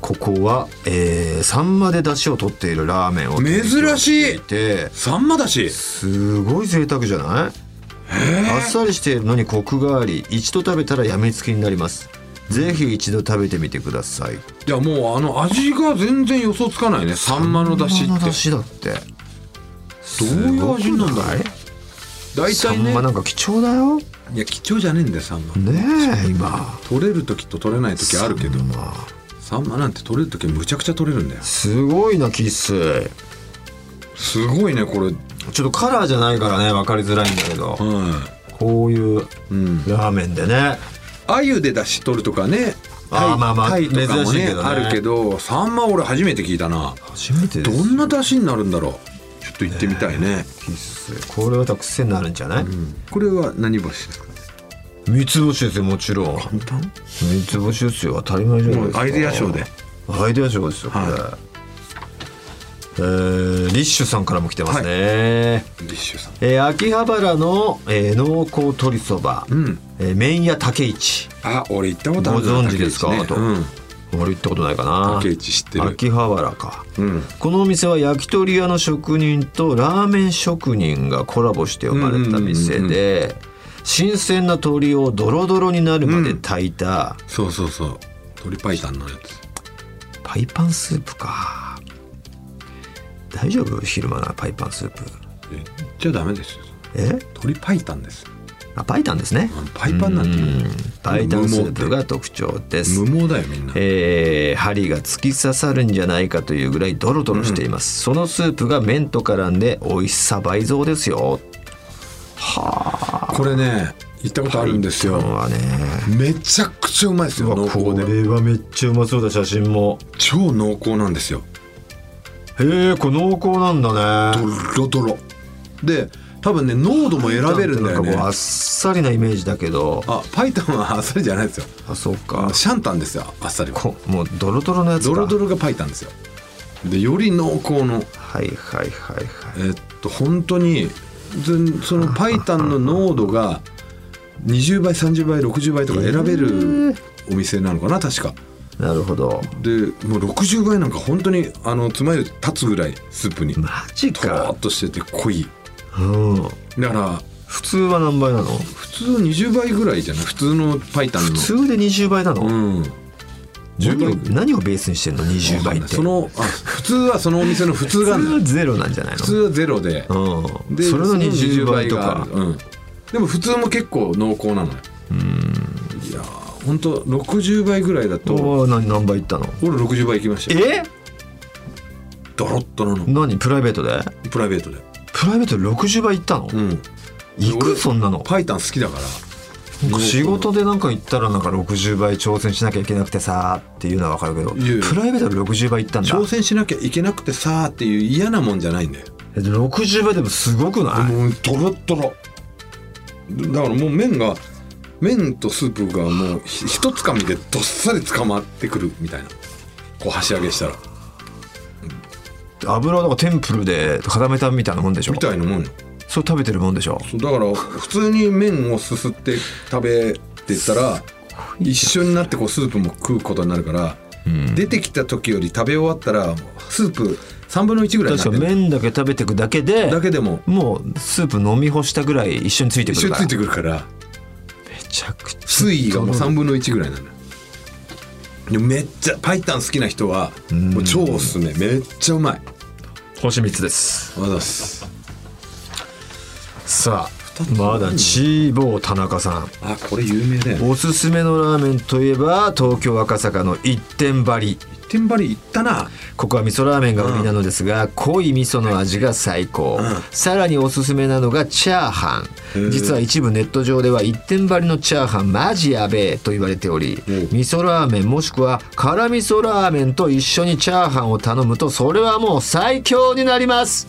Speaker 5: ここは、えー、サンマで出汁を取っているラーメンを提供していて
Speaker 2: サンマだし
Speaker 5: すごい贅沢じゃないあっさりしているのにコクがあり一度食べたらやみつきになりますぜひ一度食べてみてください
Speaker 2: いやもうあの味が全然予想つかないねサンマのだし
Speaker 5: サンマ
Speaker 2: っ
Speaker 5: の
Speaker 2: て
Speaker 5: 出汁だって
Speaker 2: どういう味なんだろう大
Speaker 5: サ
Speaker 2: 体ね
Speaker 5: ンマなんか貴重だよね
Speaker 2: いや貴重じゃねえんだよサンマ
Speaker 5: え今
Speaker 2: 取れる時と取れない時あるけどサンマなんて取れる時むちゃくちゃ取れるんだよ
Speaker 5: すごいなキッス
Speaker 2: すごいねこれ
Speaker 5: ちょっとカラーじゃないからね分かりづらいんだけど
Speaker 2: は
Speaker 5: こういう
Speaker 2: いうん
Speaker 5: ラーメンでね
Speaker 2: 鮎で出汁取るとかね
Speaker 5: あーまあまあ
Speaker 2: 鯛とかも
Speaker 5: 珍しい
Speaker 2: ね
Speaker 5: けどね
Speaker 2: あるけどサンマ俺初めて聞いたな
Speaker 5: 初めてで
Speaker 2: ど
Speaker 5: す
Speaker 2: んな出汁になるんだろうちょっと行ってみたいね
Speaker 5: キッスこれはたくせになるんじゃない、
Speaker 2: これは何星ですか
Speaker 5: 三つ星ですよもちろん三つ星ですよ当たり前じゃないですか
Speaker 2: もうアイデア賞で
Speaker 5: アイデア賞ですよこれ、
Speaker 2: は
Speaker 5: えーリッシュさんからも来てますね、
Speaker 2: ディッシュさん
Speaker 5: えー秋葉原の、えー濃厚鶏そば、
Speaker 2: うん
Speaker 5: えー麺屋竹一
Speaker 2: あ俺行ったことあるな
Speaker 5: ご存知ですか
Speaker 2: 竹内
Speaker 5: と
Speaker 2: ね
Speaker 5: 俺行ったことないかな
Speaker 2: 竹内知ってる
Speaker 5: 秋葉原か
Speaker 2: うんうん
Speaker 5: このお店は焼き鳥屋の職人とラーメン職人がコラボして生まれた店で新鮮な鶏をドロドロになるまで炊いた
Speaker 2: そうそうそう鶏白湯のやつ
Speaker 5: パイパンスープか大丈夫昼間なパイパンスープ
Speaker 2: えじゃあダメですよ
Speaker 5: え
Speaker 2: 鶏白湯ですよ
Speaker 5: あパイタンですね
Speaker 2: あのパイパンなんて
Speaker 5: う
Speaker 2: いうん
Speaker 5: パイタンスープが特徴です
Speaker 2: 無毛だよみんな
Speaker 5: えー針が突き刺さるんじゃないかというぐらいドロドロしています、そのスープが麺と絡んで美味しさ倍増ですよ
Speaker 2: これね行ったことあるんですよ
Speaker 5: はね
Speaker 2: めちゃくちゃうまいですよ濃厚で
Speaker 5: はめっちゃうまそうだ写真も
Speaker 2: 超濃厚なんですよ
Speaker 5: へえこれ濃厚なんだ
Speaker 2: ド
Speaker 5: ね
Speaker 2: ロドロで多分ね濃度も選べるんだよ
Speaker 5: なん
Speaker 2: ね
Speaker 5: かもうあっさりなイメージだけど
Speaker 2: あパイタンはあっさりじゃないですよ
Speaker 5: あそうか
Speaker 2: あシャンタンですよあっさりは
Speaker 5: こもうドロドロのやつか
Speaker 2: ドロドロがパイタンですよでより濃厚の
Speaker 5: はいはいはいはい
Speaker 2: えっと本当に全そのパイタンの濃度が20倍30倍60倍とか選べるお店なのかな確か
Speaker 5: なるほど
Speaker 2: でもう60倍なんか本当にあのつまようじ立つぐらいスープにと
Speaker 5: マジ
Speaker 2: ろ
Speaker 5: か
Speaker 2: っとしてて濃い
Speaker 5: うん
Speaker 2: だから
Speaker 5: 普通は何倍なの
Speaker 2: 普通20倍ぐらいじゃない普通のパイタンの
Speaker 5: 普通で20倍なの、
Speaker 2: うん
Speaker 1: 10秒って何をベースにしてんの20倍って
Speaker 2: そのあ普通はそのお店の普通があるの
Speaker 1: 普通ゼロなんじゃないの
Speaker 2: 普通はゼロで
Speaker 1: うん、
Speaker 2: で
Speaker 1: それの20倍と
Speaker 2: があ
Speaker 1: か
Speaker 2: るうん、でも普通も結構濃厚なのよいやーほんと60倍ぐらいだと
Speaker 1: おーな何倍いったの
Speaker 2: 俺60倍いきましたよ
Speaker 1: え
Speaker 2: ドロッとなの
Speaker 1: 何プライベートで
Speaker 2: プライベートで
Speaker 1: プライベートで60倍いったの、
Speaker 2: うん
Speaker 1: 行
Speaker 2: 俺
Speaker 1: くそんなの
Speaker 2: パイタン好きだから
Speaker 1: なんか仕事でなんか行ったらなんか60倍挑戦しなきゃいけなくてさーっていうのはわかるけど
Speaker 2: いやいや
Speaker 1: プライベートで60倍いったんだ
Speaker 2: 挑戦しなきゃいけなくてさーっていう嫌なもんじゃないんだよ
Speaker 1: え60倍でもすごくない
Speaker 2: もうトロットロだからもう麺が麺とスープがもうひひとつかみでどっさり捕まってくるみたいなこう箸上げしたら
Speaker 1: 油をなんかテンプルで固めたみたいなもんでしょ
Speaker 2: みたいなもんよ
Speaker 1: それ食べてるもんでしょ
Speaker 2: そうだから普通に麺をすすって食べてたら一緒になってこうスープも食うことになるから、出てきた時より食べ終わったらスープ3分の1ぐらいに
Speaker 1: 確
Speaker 2: なって
Speaker 1: か
Speaker 2: る
Speaker 1: 麺だけ食べてくだけで
Speaker 2: だけでも
Speaker 1: もうスープ飲み干したぐらい一緒についてく
Speaker 2: 一緒
Speaker 1: る
Speaker 2: に
Speaker 1: か
Speaker 2: つ
Speaker 1: ら
Speaker 2: いてくるから
Speaker 1: めちゃくちゃ
Speaker 2: 水位がもう3分の1ぐらいなのよでもめっちゃパイタン好きな人はもう超おすすめめっちゃうまい
Speaker 1: 星3つです
Speaker 2: わざっす
Speaker 1: さあまだチーボー田中さん
Speaker 2: あこれ有名だよね
Speaker 1: おすすめのラーメンといえば東京赤坂の一点張り
Speaker 2: テンバリ行ったな
Speaker 1: ここは味噌ラーメンが売りなのですが、濃い味噌の味が最高、さらにおすすめなのがチャーハン実は一部ネット上では一点張りのチャーハンマジやべえと言われており、
Speaker 2: うん
Speaker 1: 味噌ラーメンもしくは辛味噌ラーメンと一緒にチャーハンを頼むとそれはもう最強になります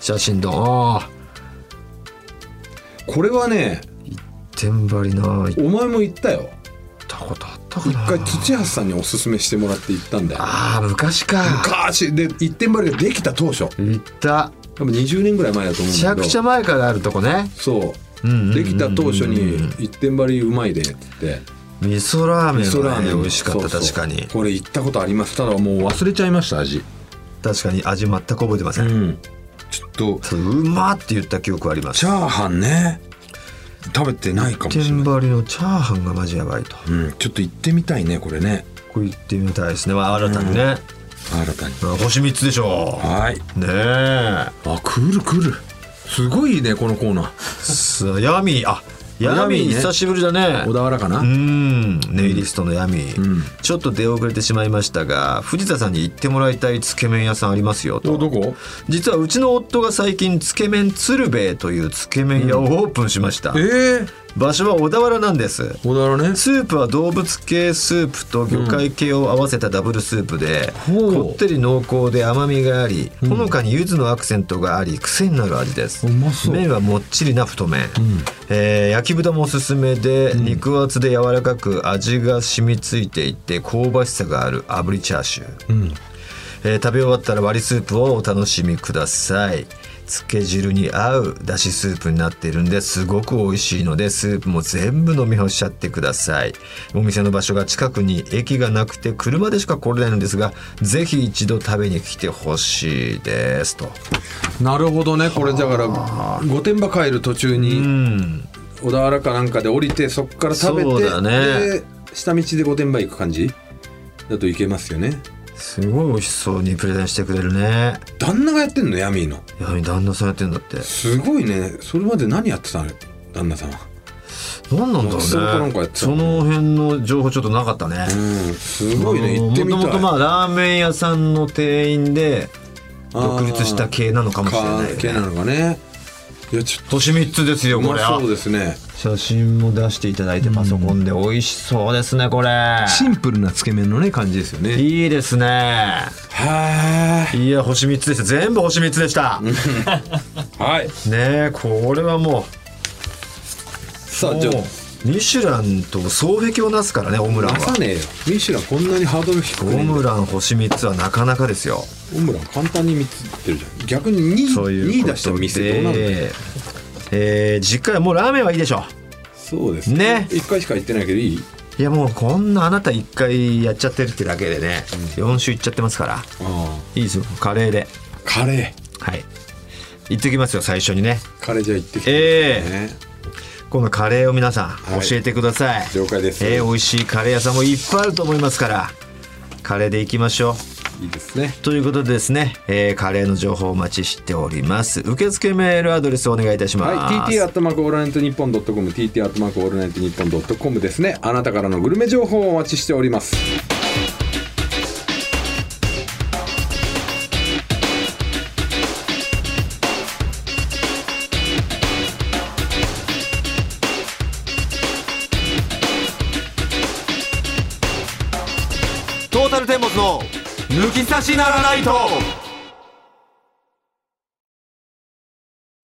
Speaker 1: 写真どんあー
Speaker 2: これはね
Speaker 1: 一点張りな行っ
Speaker 2: お前も行ったよ
Speaker 1: たことあったか
Speaker 2: 一
Speaker 1: な
Speaker 2: 回土橋さんにおすすめしてもらって行ったんだよ
Speaker 1: あー昔か
Speaker 2: 昔で一点張りができた当初
Speaker 1: 行った
Speaker 2: 多分20年ぐらい前だと思
Speaker 1: め
Speaker 2: うん
Speaker 1: ち
Speaker 2: だ
Speaker 1: ゃ
Speaker 2: け
Speaker 1: く
Speaker 2: ど
Speaker 1: ちゃ前からあるとこね
Speaker 2: そ
Speaker 1: うんうんうんうん
Speaker 2: うできた当初に一点張りうまいでって言って
Speaker 1: 味噌ラーメン
Speaker 2: 味噌
Speaker 1: は
Speaker 2: ラー
Speaker 1: ね
Speaker 2: メン
Speaker 1: 美味しかった
Speaker 2: そうそう
Speaker 1: 確かに
Speaker 2: これ行ったことありますただもう忘れちゃいました味
Speaker 1: 確かに味全く覚えてません、う
Speaker 2: うんちょっと
Speaker 1: まって言った記憶あります
Speaker 2: チャーハンね食べてないかもしれ
Speaker 1: 天
Speaker 2: ない、
Speaker 1: 張りのチャーハンがマジやばいと
Speaker 2: うん、ちょっと行ってみたいねこれね
Speaker 1: これ言ってみたいですね、まあ、新たにね、
Speaker 2: 新たに
Speaker 1: まあ星3つでしょ
Speaker 2: はい
Speaker 1: ねえ
Speaker 2: あくるくるすごいねこのコーナー
Speaker 1: さあヤミーあヤミ
Speaker 2: ヤミー
Speaker 1: ー
Speaker 2: ね
Speaker 1: 久しぶりだね
Speaker 2: 小田原かな、
Speaker 1: うんネイリストのヤミー、
Speaker 2: ん
Speaker 1: ちょっと出遅れてしまいましたが藤田さんに行ってもらいたいつけ麺屋さんありますよと
Speaker 2: おどこ
Speaker 1: 実はうちの夫が最近つけ麺鶴瓶というつけ麺屋をオープンしました、
Speaker 2: ええ
Speaker 1: 場所は小田原なんです
Speaker 2: 小田原ね
Speaker 1: スープは動物系スープと魚介系を合わせたダブルスープで、
Speaker 2: ほう
Speaker 1: こってり濃厚で甘みがあり、ほのかに柚子のアクセントがあり癖になる味です
Speaker 2: うまそう
Speaker 1: 麺はもっちりな太麺、えー焼き豚もおすすめで、肉厚で柔らかく味が染みついていて香ばしさがある炙りチャーシュー、えー食べ終わったら割りスープをお楽しみくださいつけ汁に合うだしスープになっているんですごく美味しいのでスープも全部飲み干しちゃってくださいお店の場所が近くに駅がなくて車でしか来れないのですがぜひ一度食べに来てほしいですと
Speaker 2: なるほどねこれだから御殿場帰る途中
Speaker 1: う
Speaker 2: に
Speaker 1: ん
Speaker 2: 小田原かなんかで降りてそっから食べて
Speaker 1: そうだね
Speaker 2: で下道で御殿場行く感じだといけますよね
Speaker 1: すごい美味しそうにプレゼンしてくれるね
Speaker 2: 旦那がやってんのヤミーの
Speaker 1: やはり旦那さんやってんだって
Speaker 2: すごいねそれまで何やってたの旦那さんは
Speaker 1: 何なんだろ
Speaker 2: そううな
Speaker 1: ね
Speaker 2: んかやってた
Speaker 1: その辺の情報ちょっとなかったね、
Speaker 2: うんすごいね行ってみた
Speaker 1: も
Speaker 2: い
Speaker 1: ともとまあラーメン屋さんの店員で独立した系なのかもしれない、
Speaker 2: 系な
Speaker 1: ね、
Speaker 2: のかねいやちょっ
Speaker 1: 星3つです
Speaker 2: と
Speaker 1: よ
Speaker 2: う
Speaker 1: こ
Speaker 2: ま
Speaker 1: れ
Speaker 2: そ
Speaker 1: は
Speaker 2: うですね
Speaker 1: 写真も出していただいてパソコンで美味しそうですねこれ
Speaker 2: ンプルなつけ麺のね感じですよね
Speaker 1: いいですね
Speaker 2: はい
Speaker 1: や星3つでした全部星3つでしたね
Speaker 2: あはい
Speaker 1: えこれはも
Speaker 2: さ
Speaker 1: う
Speaker 2: あじゃあ
Speaker 1: もうミシュランと双璧をなすからねオムラン
Speaker 2: 出さ
Speaker 1: は
Speaker 2: ねえよミシュランこんなにハードル低く
Speaker 1: オ
Speaker 2: ねえんだ
Speaker 1: ムラン星3つはなかなかですよ
Speaker 2: オムラン簡単に3つってるじゃん逆に 2,
Speaker 1: そういう
Speaker 2: 2
Speaker 1: こと
Speaker 2: 出
Speaker 1: で
Speaker 2: した店どうなるんだよ
Speaker 1: えー次回はもうラーメンはいいでしょう
Speaker 2: そうです
Speaker 1: ね
Speaker 2: 1回しか行ってないけどいい
Speaker 1: いやもうこんなあなた1回やっちゃってるってだけでね、4週いっちゃってますから
Speaker 2: あ
Speaker 1: いいですよカレーで
Speaker 2: あカレー
Speaker 1: はい行ってきますよ最初にね
Speaker 2: カレーじゃあ行ってきて、
Speaker 1: ええ
Speaker 2: ね
Speaker 1: このカレーを皆さん
Speaker 2: はい
Speaker 1: 教えてください、
Speaker 2: 了解です
Speaker 1: えー美味しいカレー屋さんもいっぱいあると思いますからカレーでいきましょう
Speaker 2: いいですね
Speaker 1: ということでですね、えーカレーの情報をお待ちしております受付メールアドレスをお願いいたします、
Speaker 2: はい、TT アットマークオールナイトニッポンドットコム TT アットマークオールナイトニッポンドットコムですねあなたからのグルメ情報をお待ちしております
Speaker 1: トータルテンボスの抜き差しならないと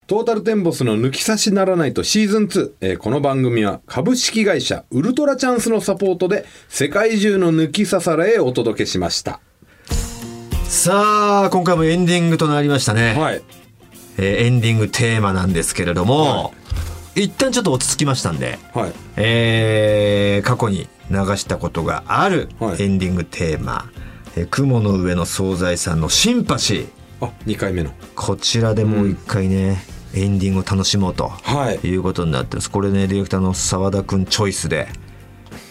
Speaker 2: トータルテンボスの抜き差しならないとシーズン2、えーこの番組は株式会社ウルトラチャンスのサポートで世界中の抜き差されへお届けしました
Speaker 1: さあ今回もエンディングとなりましたね、
Speaker 2: はい
Speaker 1: えーエンディングテーマなんですけれども、
Speaker 2: は
Speaker 1: 一旦ちょっと落ち着きましたんで、
Speaker 2: はい
Speaker 1: えー過去に流したことがある
Speaker 2: はい
Speaker 1: エンディングテーマ「えー雲の上の惣菜さんのシンパシー
Speaker 2: あ2回目の」
Speaker 1: こちらでもう一回ね、エンディングを楽しもうと
Speaker 2: はい
Speaker 1: いうことになってますこれねディレクターの澤田君チョイスで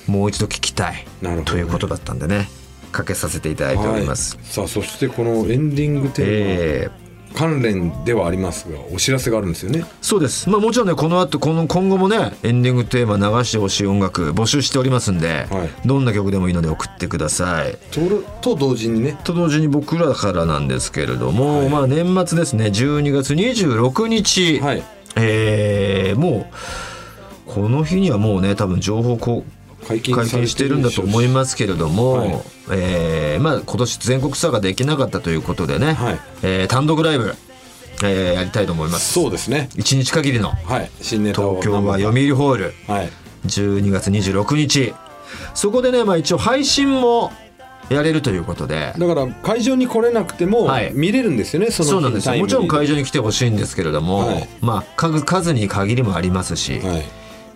Speaker 1: もう一度聞きたい
Speaker 2: なるほどね
Speaker 1: ということだったんでねかけさせていただいております。
Speaker 2: はい、さあそしてこのエンディングテーマ、
Speaker 1: えー
Speaker 2: 関連ではありますがお知らせがあるんですよね
Speaker 1: そうです。まあもちろんねこの後この今後もねエンディングテーマ流してほしい音楽募集しておりますんで、
Speaker 2: はい
Speaker 1: どんな曲でもいいので送ってください。
Speaker 2: とると同時にね
Speaker 1: と同時に僕らからなんですけれども、まあ年末ですね12月26日、
Speaker 2: はい
Speaker 1: えーもうこの日にはもうね多分情報こ
Speaker 2: 解禁
Speaker 1: 解
Speaker 2: され
Speaker 1: 禁してるんだと思いますけれども、
Speaker 2: はい
Speaker 1: えーまあ、今年全国ツアーができなかったということでね、
Speaker 2: はい
Speaker 1: えー単独ライブ、えーやりたいと思います。
Speaker 2: そうですね
Speaker 1: 一日限りの
Speaker 2: はい新ネタを
Speaker 1: 東京は読売ホール
Speaker 2: はい
Speaker 1: 12月26日そこでね、まあ、一応配信もやれるということで
Speaker 2: だから会場に来れなくても
Speaker 1: はい
Speaker 2: 見れるんですよね、その
Speaker 1: そうなんですよもちろん会
Speaker 2: 場
Speaker 1: 場に来てほしいんですけれども、
Speaker 2: はい
Speaker 1: まあ数数に限りもありますし、
Speaker 2: はい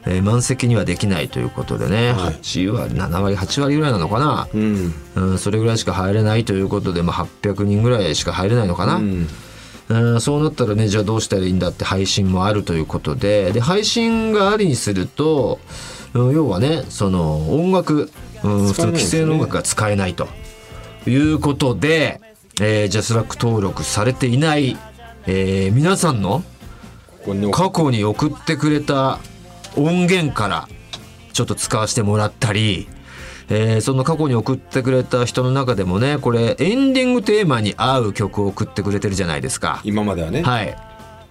Speaker 1: えー満席にはできないということでね、
Speaker 2: はい
Speaker 1: 8割7割8割ぐらいなのかな、
Speaker 2: うん
Speaker 1: うん、それぐらいしか入れないということで、まあ、800人ぐらいしか入れないのかな、
Speaker 2: うん
Speaker 1: うんそうなったらねじゃあどうしたらいいんだって配信もあるということでで配信がありにすると、うん要はねその音楽、うん普
Speaker 2: 使
Speaker 1: 通
Speaker 2: え
Speaker 1: の
Speaker 2: ないんで
Speaker 1: 規
Speaker 2: すね
Speaker 1: 制の音楽が使えないということで、えー、ジャスラック登録されていない、えー皆さんの
Speaker 2: ここに
Speaker 1: 過去に送ってくれた音源からちょっと使わせてもらったり、えーその過去に送ってくれた人の中でもねこれエンディングテーマに合う曲を送ってくれてるじゃないですか。
Speaker 2: 今まではね、
Speaker 1: はい。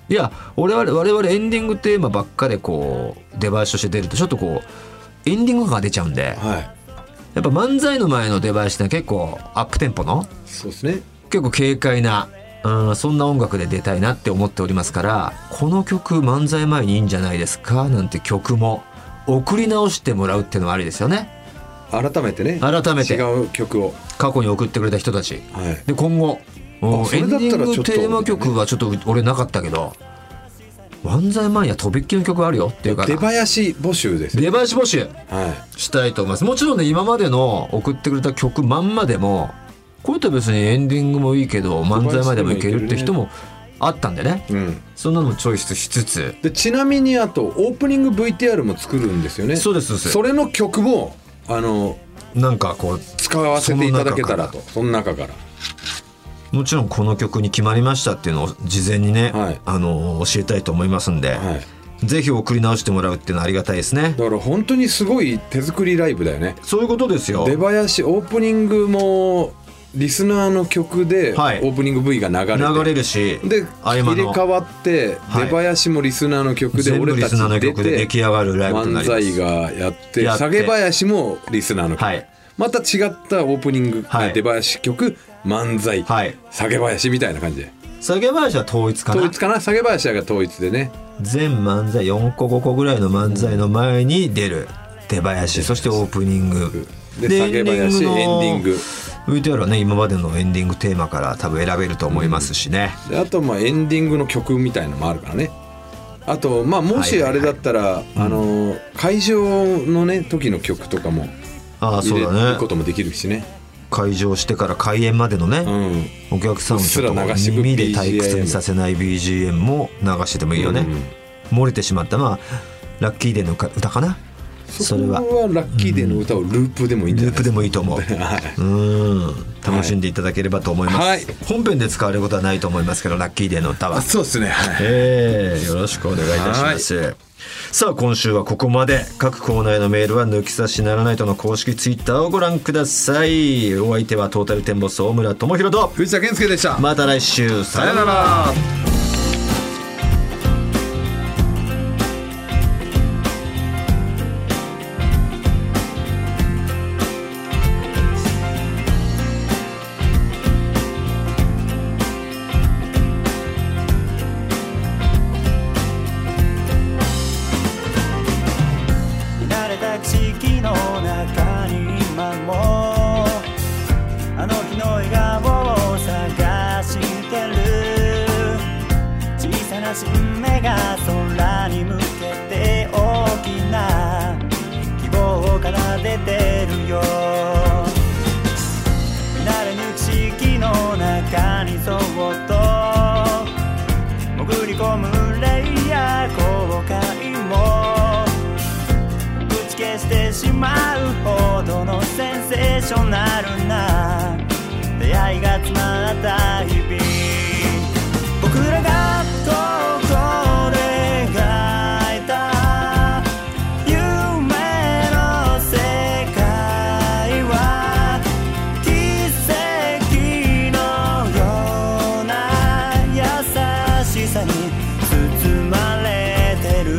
Speaker 1: いや、俺は我々エンディングテーマばっかでこう、デバイスとして出ると、ちょっとこう、エンディング感が出ちゃうんで、
Speaker 2: はい、
Speaker 1: やっぱ漫才の前のデバイスって結構アップテンポの、
Speaker 2: そうですね
Speaker 1: 結構軽快な、うん、そんな音楽で出たいなって思っておりますから、この曲漫才前にいいんじゃないですかなんて曲も送り直してもらうっていうのはありですよね。
Speaker 2: 改めてね
Speaker 1: 改めて
Speaker 2: 違う曲を
Speaker 1: 過去に送ってくれた人たち。
Speaker 2: はい
Speaker 1: で、今後、うん
Speaker 2: そ
Speaker 1: エ
Speaker 2: れ
Speaker 1: ン
Speaker 2: だ
Speaker 1: デ
Speaker 2: ったら
Speaker 1: ィングテーマ
Speaker 2: ちょっと
Speaker 1: 曲はちょっと俺なかったけど、漫才前にはとびっきりの曲あるよっていうから。
Speaker 2: 出囃子募集ですね
Speaker 1: 出囃子募集
Speaker 2: は
Speaker 1: したいと思いますもちろんね今までの送ってくれた曲まんまでもこういった別にエンディングもいいけど漫才までもいけるって人もあったんでね
Speaker 2: い、うん、
Speaker 1: そんなのもチョイスしつつ
Speaker 2: でちなみにあとオープニング VTR も作るんですよね
Speaker 1: そうですそうです
Speaker 2: それの曲もあの
Speaker 1: なんかこ
Speaker 2: 使わせていただけたらとその中から
Speaker 1: うもちろんこの曲に決まりましたっていうのを事前にね、
Speaker 2: はい
Speaker 1: あの教えたいと思いますんで、
Speaker 2: はい
Speaker 1: ぜひ送り直してもらうっていうのはありがたいですね
Speaker 2: だから本当にすごい手作りライブだよね
Speaker 1: そういうことですよ
Speaker 2: 出囃子オープニングもリスナーの曲でオ
Speaker 1: はい
Speaker 2: ープニング V が流れて、
Speaker 1: 流れるし
Speaker 2: で
Speaker 1: 合
Speaker 2: 入
Speaker 1: 間
Speaker 2: れ
Speaker 1: の
Speaker 2: 替わって出
Speaker 1: はい
Speaker 2: 囃子もリスナーの曲で
Speaker 1: 全部
Speaker 2: 俺
Speaker 1: リ
Speaker 2: た
Speaker 1: ス
Speaker 2: ち
Speaker 1: ナーの
Speaker 2: 出
Speaker 1: 曲で出
Speaker 2: て
Speaker 1: 来上がるライブとな
Speaker 2: 漫
Speaker 1: ります
Speaker 2: 才がやって
Speaker 1: やって
Speaker 2: 下げ囃子もリスナーの曲、
Speaker 1: はい
Speaker 2: また違ったオープニング、
Speaker 1: はい
Speaker 2: 出囃子曲漫才、
Speaker 1: はい
Speaker 2: 下げ囃子みたいな感じで
Speaker 1: 下げ囃子は統一かな
Speaker 2: 統一かな下げ囃子が統一でね
Speaker 1: 全漫才4個5個ぐらいの漫才の前に出る出囃子そしてオープニング
Speaker 2: で下げ囃子エンディング
Speaker 1: VTR はね今までのエンディングテーマから多分選べると思いますしね、
Speaker 2: であとまあエンディングの曲みたいのもあるからねあとまあもしあれだったら、あのー会場のね時の曲とかも
Speaker 1: ああそ
Speaker 2: 入
Speaker 1: う
Speaker 2: れ
Speaker 1: だ
Speaker 2: るこ
Speaker 1: ね
Speaker 2: ともできるしね
Speaker 1: 会場してから開演までの
Speaker 2: う
Speaker 1: ね、
Speaker 2: ん
Speaker 1: お客さんをちょっと
Speaker 2: うっすら流してく
Speaker 1: 耳で退屈にさせない BGM も流しててもいいよね、
Speaker 2: うん
Speaker 1: 漏れてしまったまあ
Speaker 5: ラッキーデーの歌歌かなそれは
Speaker 2: こはラッキーデーの歌をループでもいいんじゃ
Speaker 5: ルー
Speaker 2: ない
Speaker 5: プ
Speaker 2: で
Speaker 5: です
Speaker 2: か
Speaker 5: もいいと思ううん楽しんでいただければと思います、
Speaker 2: はい
Speaker 5: 本編で使われることはないと思いますけどラッキーデーの歌は
Speaker 2: あそうですねはい
Speaker 5: ええよろしくお願いいたします。さあ今週はここまで各コーナーへのメールは抜き差しならないとの公式ツイッターをご覧くださいお相手はトータルテンボス大村智広と
Speaker 2: 藤田健介でした
Speaker 5: また来週
Speaker 2: さ
Speaker 5: さよ
Speaker 2: よ
Speaker 5: な
Speaker 2: な
Speaker 5: ら
Speaker 2: ら
Speaker 6: 慣れた地域の中に今もあの日の笑顔を探してる小さな新芽が空に向けて大きな希望から出てるよ慣れぬ地域の中にそっと潜り込むレイヤー後悔も打ち消してしまうほどのセンセーショナルな出会いが詰まった日々僕らが東京で描いた夢の世界は奇跡のような優しさに包まれてる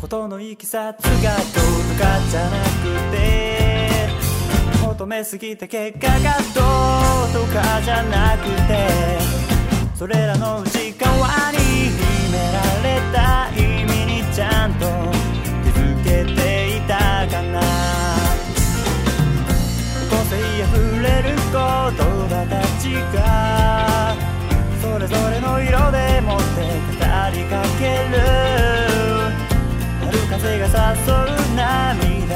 Speaker 6: ことのいきさつがどうとかじゃなくて求めすぎた結果がどうとかじゃなくてそれらの内側に秘められた意味にちゃんと気づけていたかな個性あふれる言葉たちがそれぞれの色でもって語りかける春風が誘う涙